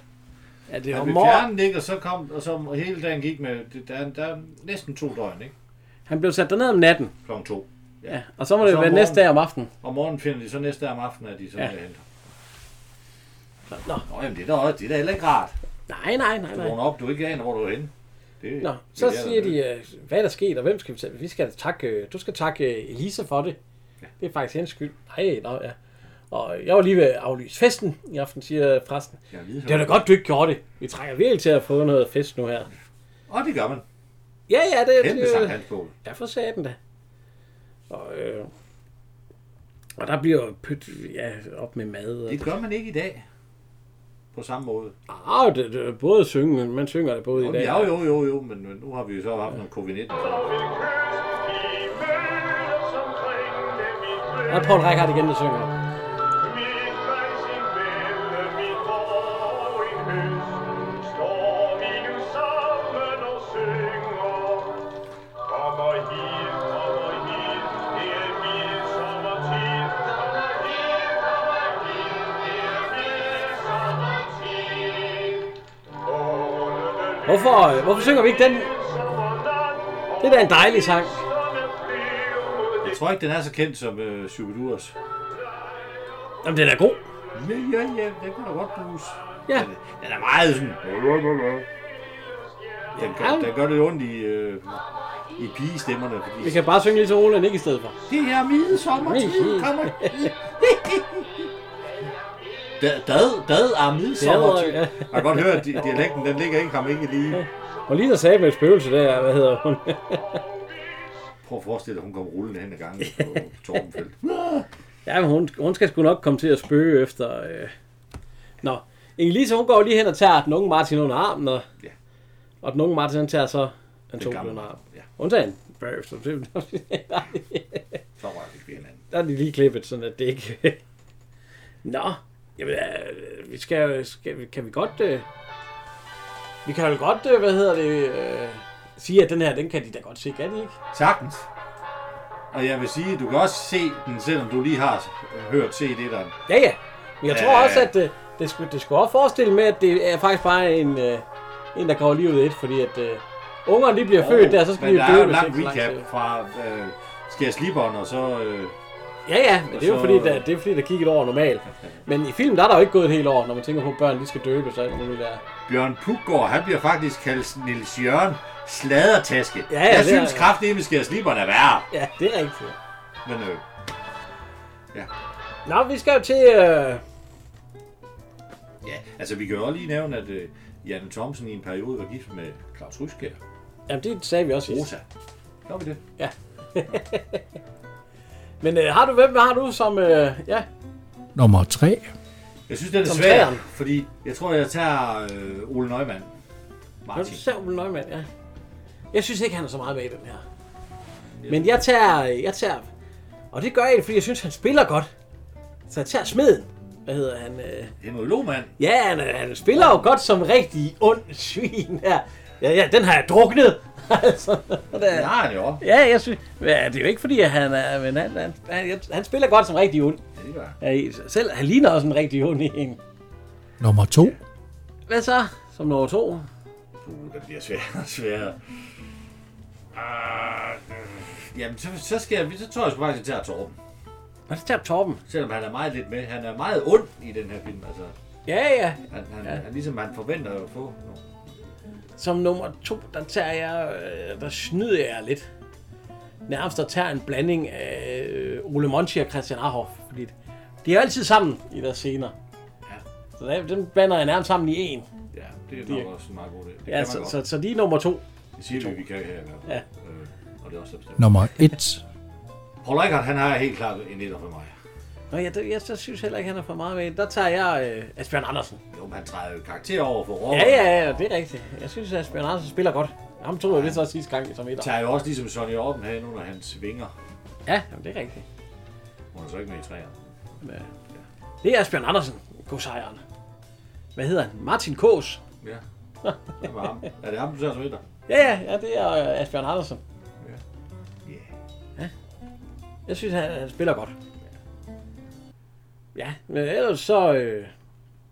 Ja, det var
Han blev
morgen.
fjernet, ikke? Og så kom, og så og hele dagen gik med, det, der, er- der er næsten to døgn, ikke?
Han blev sat derned om natten.
Klokken to.
Ja, og så må det
om
være næste dag om aftenen.
Om morgenen finder de så næste dag om aftenen, at de så
Ja.
ja. henter.
Nå.
Nå, jamen det er da, også- det er da heller ikke rart.
Nej, nej, nej,
Du
nej.
vågner op, du ikke aner, hvor du er henne. Det,
Nå,
det
så
er
det
der,
siger
der er.
de, øh, hvad er der sket, og hvem skal vi tage? Vi skal takke, øh, du skal takke øh, Elisa for det. Det er faktisk hendes skyld. Nej, nå, ja. Og jeg var lige ved at aflyse festen i aften, siger præsten.
Jeg ved,
Det er da godt, du ikke gjorde det. Vi trænger virkelig til at få noget fest nu her.
Og det gør man.
Ja, ja, det
Kæmpe
det-
Sankt Hans-bål.
Ja, for sagde den da. Og, øh, og der bliver jo pyt ja, op med mad. Og
Det gør man ikke i dag. På samme måde.
Ah, det, det, både synge, men man synger det både i dag.
Jo, jo, jo, jo, men men nu har vi jo så haft nogle covid-19.
Der er Paul Reichhardt igen, der synger. Hvorfor, øh, hvorfor synger vi ikke den? Det er da en dejlig sang.
Jeg tror ikke, den er så kendt som øh, Superduers.
Jamen, den er god.
Ja, ja, ja, den kunne da godt bruges.
Ja.
Den, den er meget sådan... Den gør, den gør det ondt i, øh, i pigestemmerne. Fordi
Vi kan bare synge lidt til Roland, ikke i stedet for.
Det her mide sommertid kommer... Dad, dad, dad er midsommertid.
Ja, ja.
Jeg kan godt høre, at di- dialekten den ligger ikke, ham ikke lige.
Og lige der sagde med et spøgelse der, hvad hedder hun?
Prøv at forestille dig, at hun kom rullende hen ad gangen på Torbenfeldt.
ja, men hun, hun skal sgu nok komme til at spøge efter... Øh... Nå, Inge-Lise, hun går lige hen og tager den unge Martin under armen, og, ja. og den unge Martin, han tager så den to
gamle,
under armen. Ja. Undtagen bagefter. Det,
Så rørte vi hinanden.
der er de lige klippet, sådan at det ikke... Nå, jamen, øh, vi skal, skal, vi- kan vi godt... Øh, vi kan jo godt, øh, hvad hedder det, øh, sige, at den her, den kan de da godt se, kan de ikke?
Sagtens. Og jeg vil sige, du kan også se den, selvom du lige har øh, hørt se det der.
Ja, ja. Men jeg tror
Ja.
også, at øh, Det skulle, det skulle også forestille med, at det er faktisk bare en, øh, en der går livet et, fordi at øh, ungerne de bliver oh, født der, så skal de
men
jo
der er
dø,
jo en
hvis
lang
ikke så lang tid.
recap fra øh, Sker Sliberen, og så... Øh,
Ja, ja, men det er jo
Og så-
fordi, der, det er fordi, der gik et år normalt. Men i filmen der er der jo ikke gået et helt år, når man tænker på, at børn de skal døbe sig alt muligt der.
Bjørn Puggaard, han bliver faktisk kaldt Nils Jørgen Sladertaske.
Ja, ja,
jeg
det
synes
er-
kraftedeme, Sker Sliberen er værre.
Ja, det er rigtigt.
Men øh,
Nå, vi skal jo til... Øh...
ja, altså vi kan jo også lige nævne, at øh, Janne Thomsen i en periode var gift med Claus Ryskjær.
Jamen, det sagde vi også sidst.
Rosa. Gør vi det?
Ja. men øh, har du, hvem har du som... Øh, ja,
Nummer 3.
Jeg synes, den er
Som
svær,
træeren.
fordi jeg tror, jeg tager øh, Ole Neumann. Martin.
Samuel Neumann, ja. Jeg synes ikke, han er så meget med i den her. Men jeg tager, jeg tager, og det gør jeg, egentlig, fordi jeg synes, han spiller godt. Så jeg tager smeden. Hvad hedder han? Øh...
Henrik Lohmann.
Ja, han, er- han spiller jo godt som rigtig ond svin her. Ja, ja, den har jeg druknet. altså, det
Det har han jo.
Ja, jeg synes, ja, det er jo ikke fordi, at han er, men han, han, han, han spiller godt som rigtig ond.
Ja, det gør han.
Ja, i- selv, han ligner også en rigtig ond i en.
Nummer 2.
Hvad så? Som nummer to?
Uh, det bliver sværere og sværere. Uh, øh, jamen, så, så, skal jeg, så tror jeg sgu faktisk, at jeg tager Torben.
Hvad så tager Torben?
Selvom han er meget lidt med. Han er meget ond i den her film. Altså,
Ja, ja.
han, han,
Ja.
ja. han, ligesom han forventer at få. nogle-
Som nummer to, der tager jeg, øh, der snyder jeg lidt. Nærmest der tager en blanding af øh, Ole Monchi og Christian Arhoff. Fordi de er jo altid sammen i deres scener. Ja. Så der, dem blander jeg nærmest sammen i en.
Ja, det er
Det-
nok også en meget god idé. Det kan
Ja,
man
så,
godt.
så, så, de er nummer to.
Det siger vi, vi kan her i hvert fald.
Ja.
Øh, og det er også der bestemmer.
Nummer 1.
Paul Reichhardt, han har helt klart en etter for mig.
Nå, jeg, jeg, jeg så synes heller ikke, han er for meget med. Der tager jeg øh, Asbjørn Andersen.
Jo, men han træder jo karakter over for Robert.
Ja, ja, ja, det er rigtigt. Jeg synes, at Asbjørn Andersen spiller godt. Ham tog jeg lidt så sidste gang som etter.
Tager jo også ligesom Sonny Orben her ind under hans vinger.
Ja, jamen, det er rigtigt.
Hun er så ikke med i træerne.
Men, øh, Det er Asbjørn Andersen, god sejren. Hvad hedder han? Martin Kås.
Ja. Det var ham. Er det ham, du tager som etter?
Ja, ja, ja, det er øh, Asbjørn Andersen.
Ja.
Ja. Jeg synes, han, han spiller godt. Ja, men ellers så... Øh,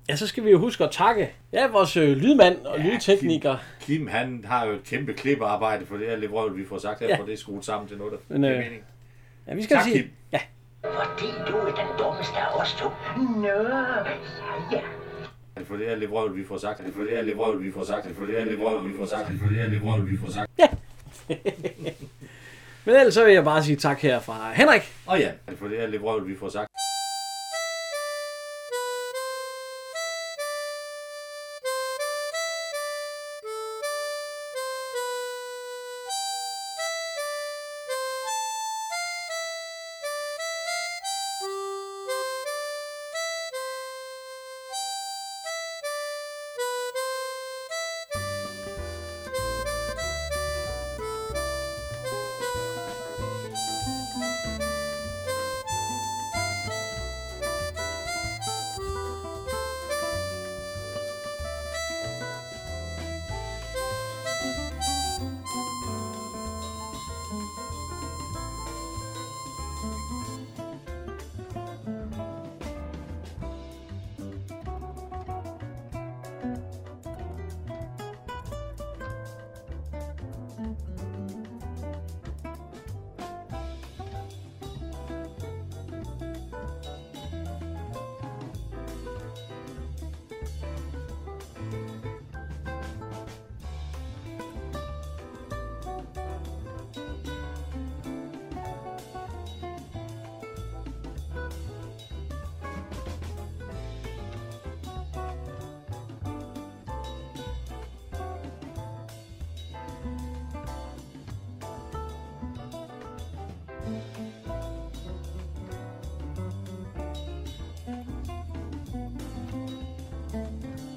ja, så skal vi jo huske at takke ja, vores øh, lydmand og ja, lydtekniker.
Kim, han har jo et kæmpe klippearbejde for det her lidt vrøvl, vi får sagt her,
Ja.
ja. for det er skruet sammen til noget, der
Men,
giver
øh,
mening.
Ja, vi skal
Tak,
sige...
Kim.
Ja.
Fordi du er den dummeste af os to. Nå, ja, ja.
Er det for det her lidt vrøvl, vi får sagt? Er det for det her lidt vrøvl, vi får sagt? Er det for det her lidt vrøvl, vi får sagt? Er det for det her lidt vrøvl, vi får sagt?
Men ellers så vil jeg bare sige tak her fra Henrik.
Og ja, er det for det her lidt vrøvl, vi får sagt?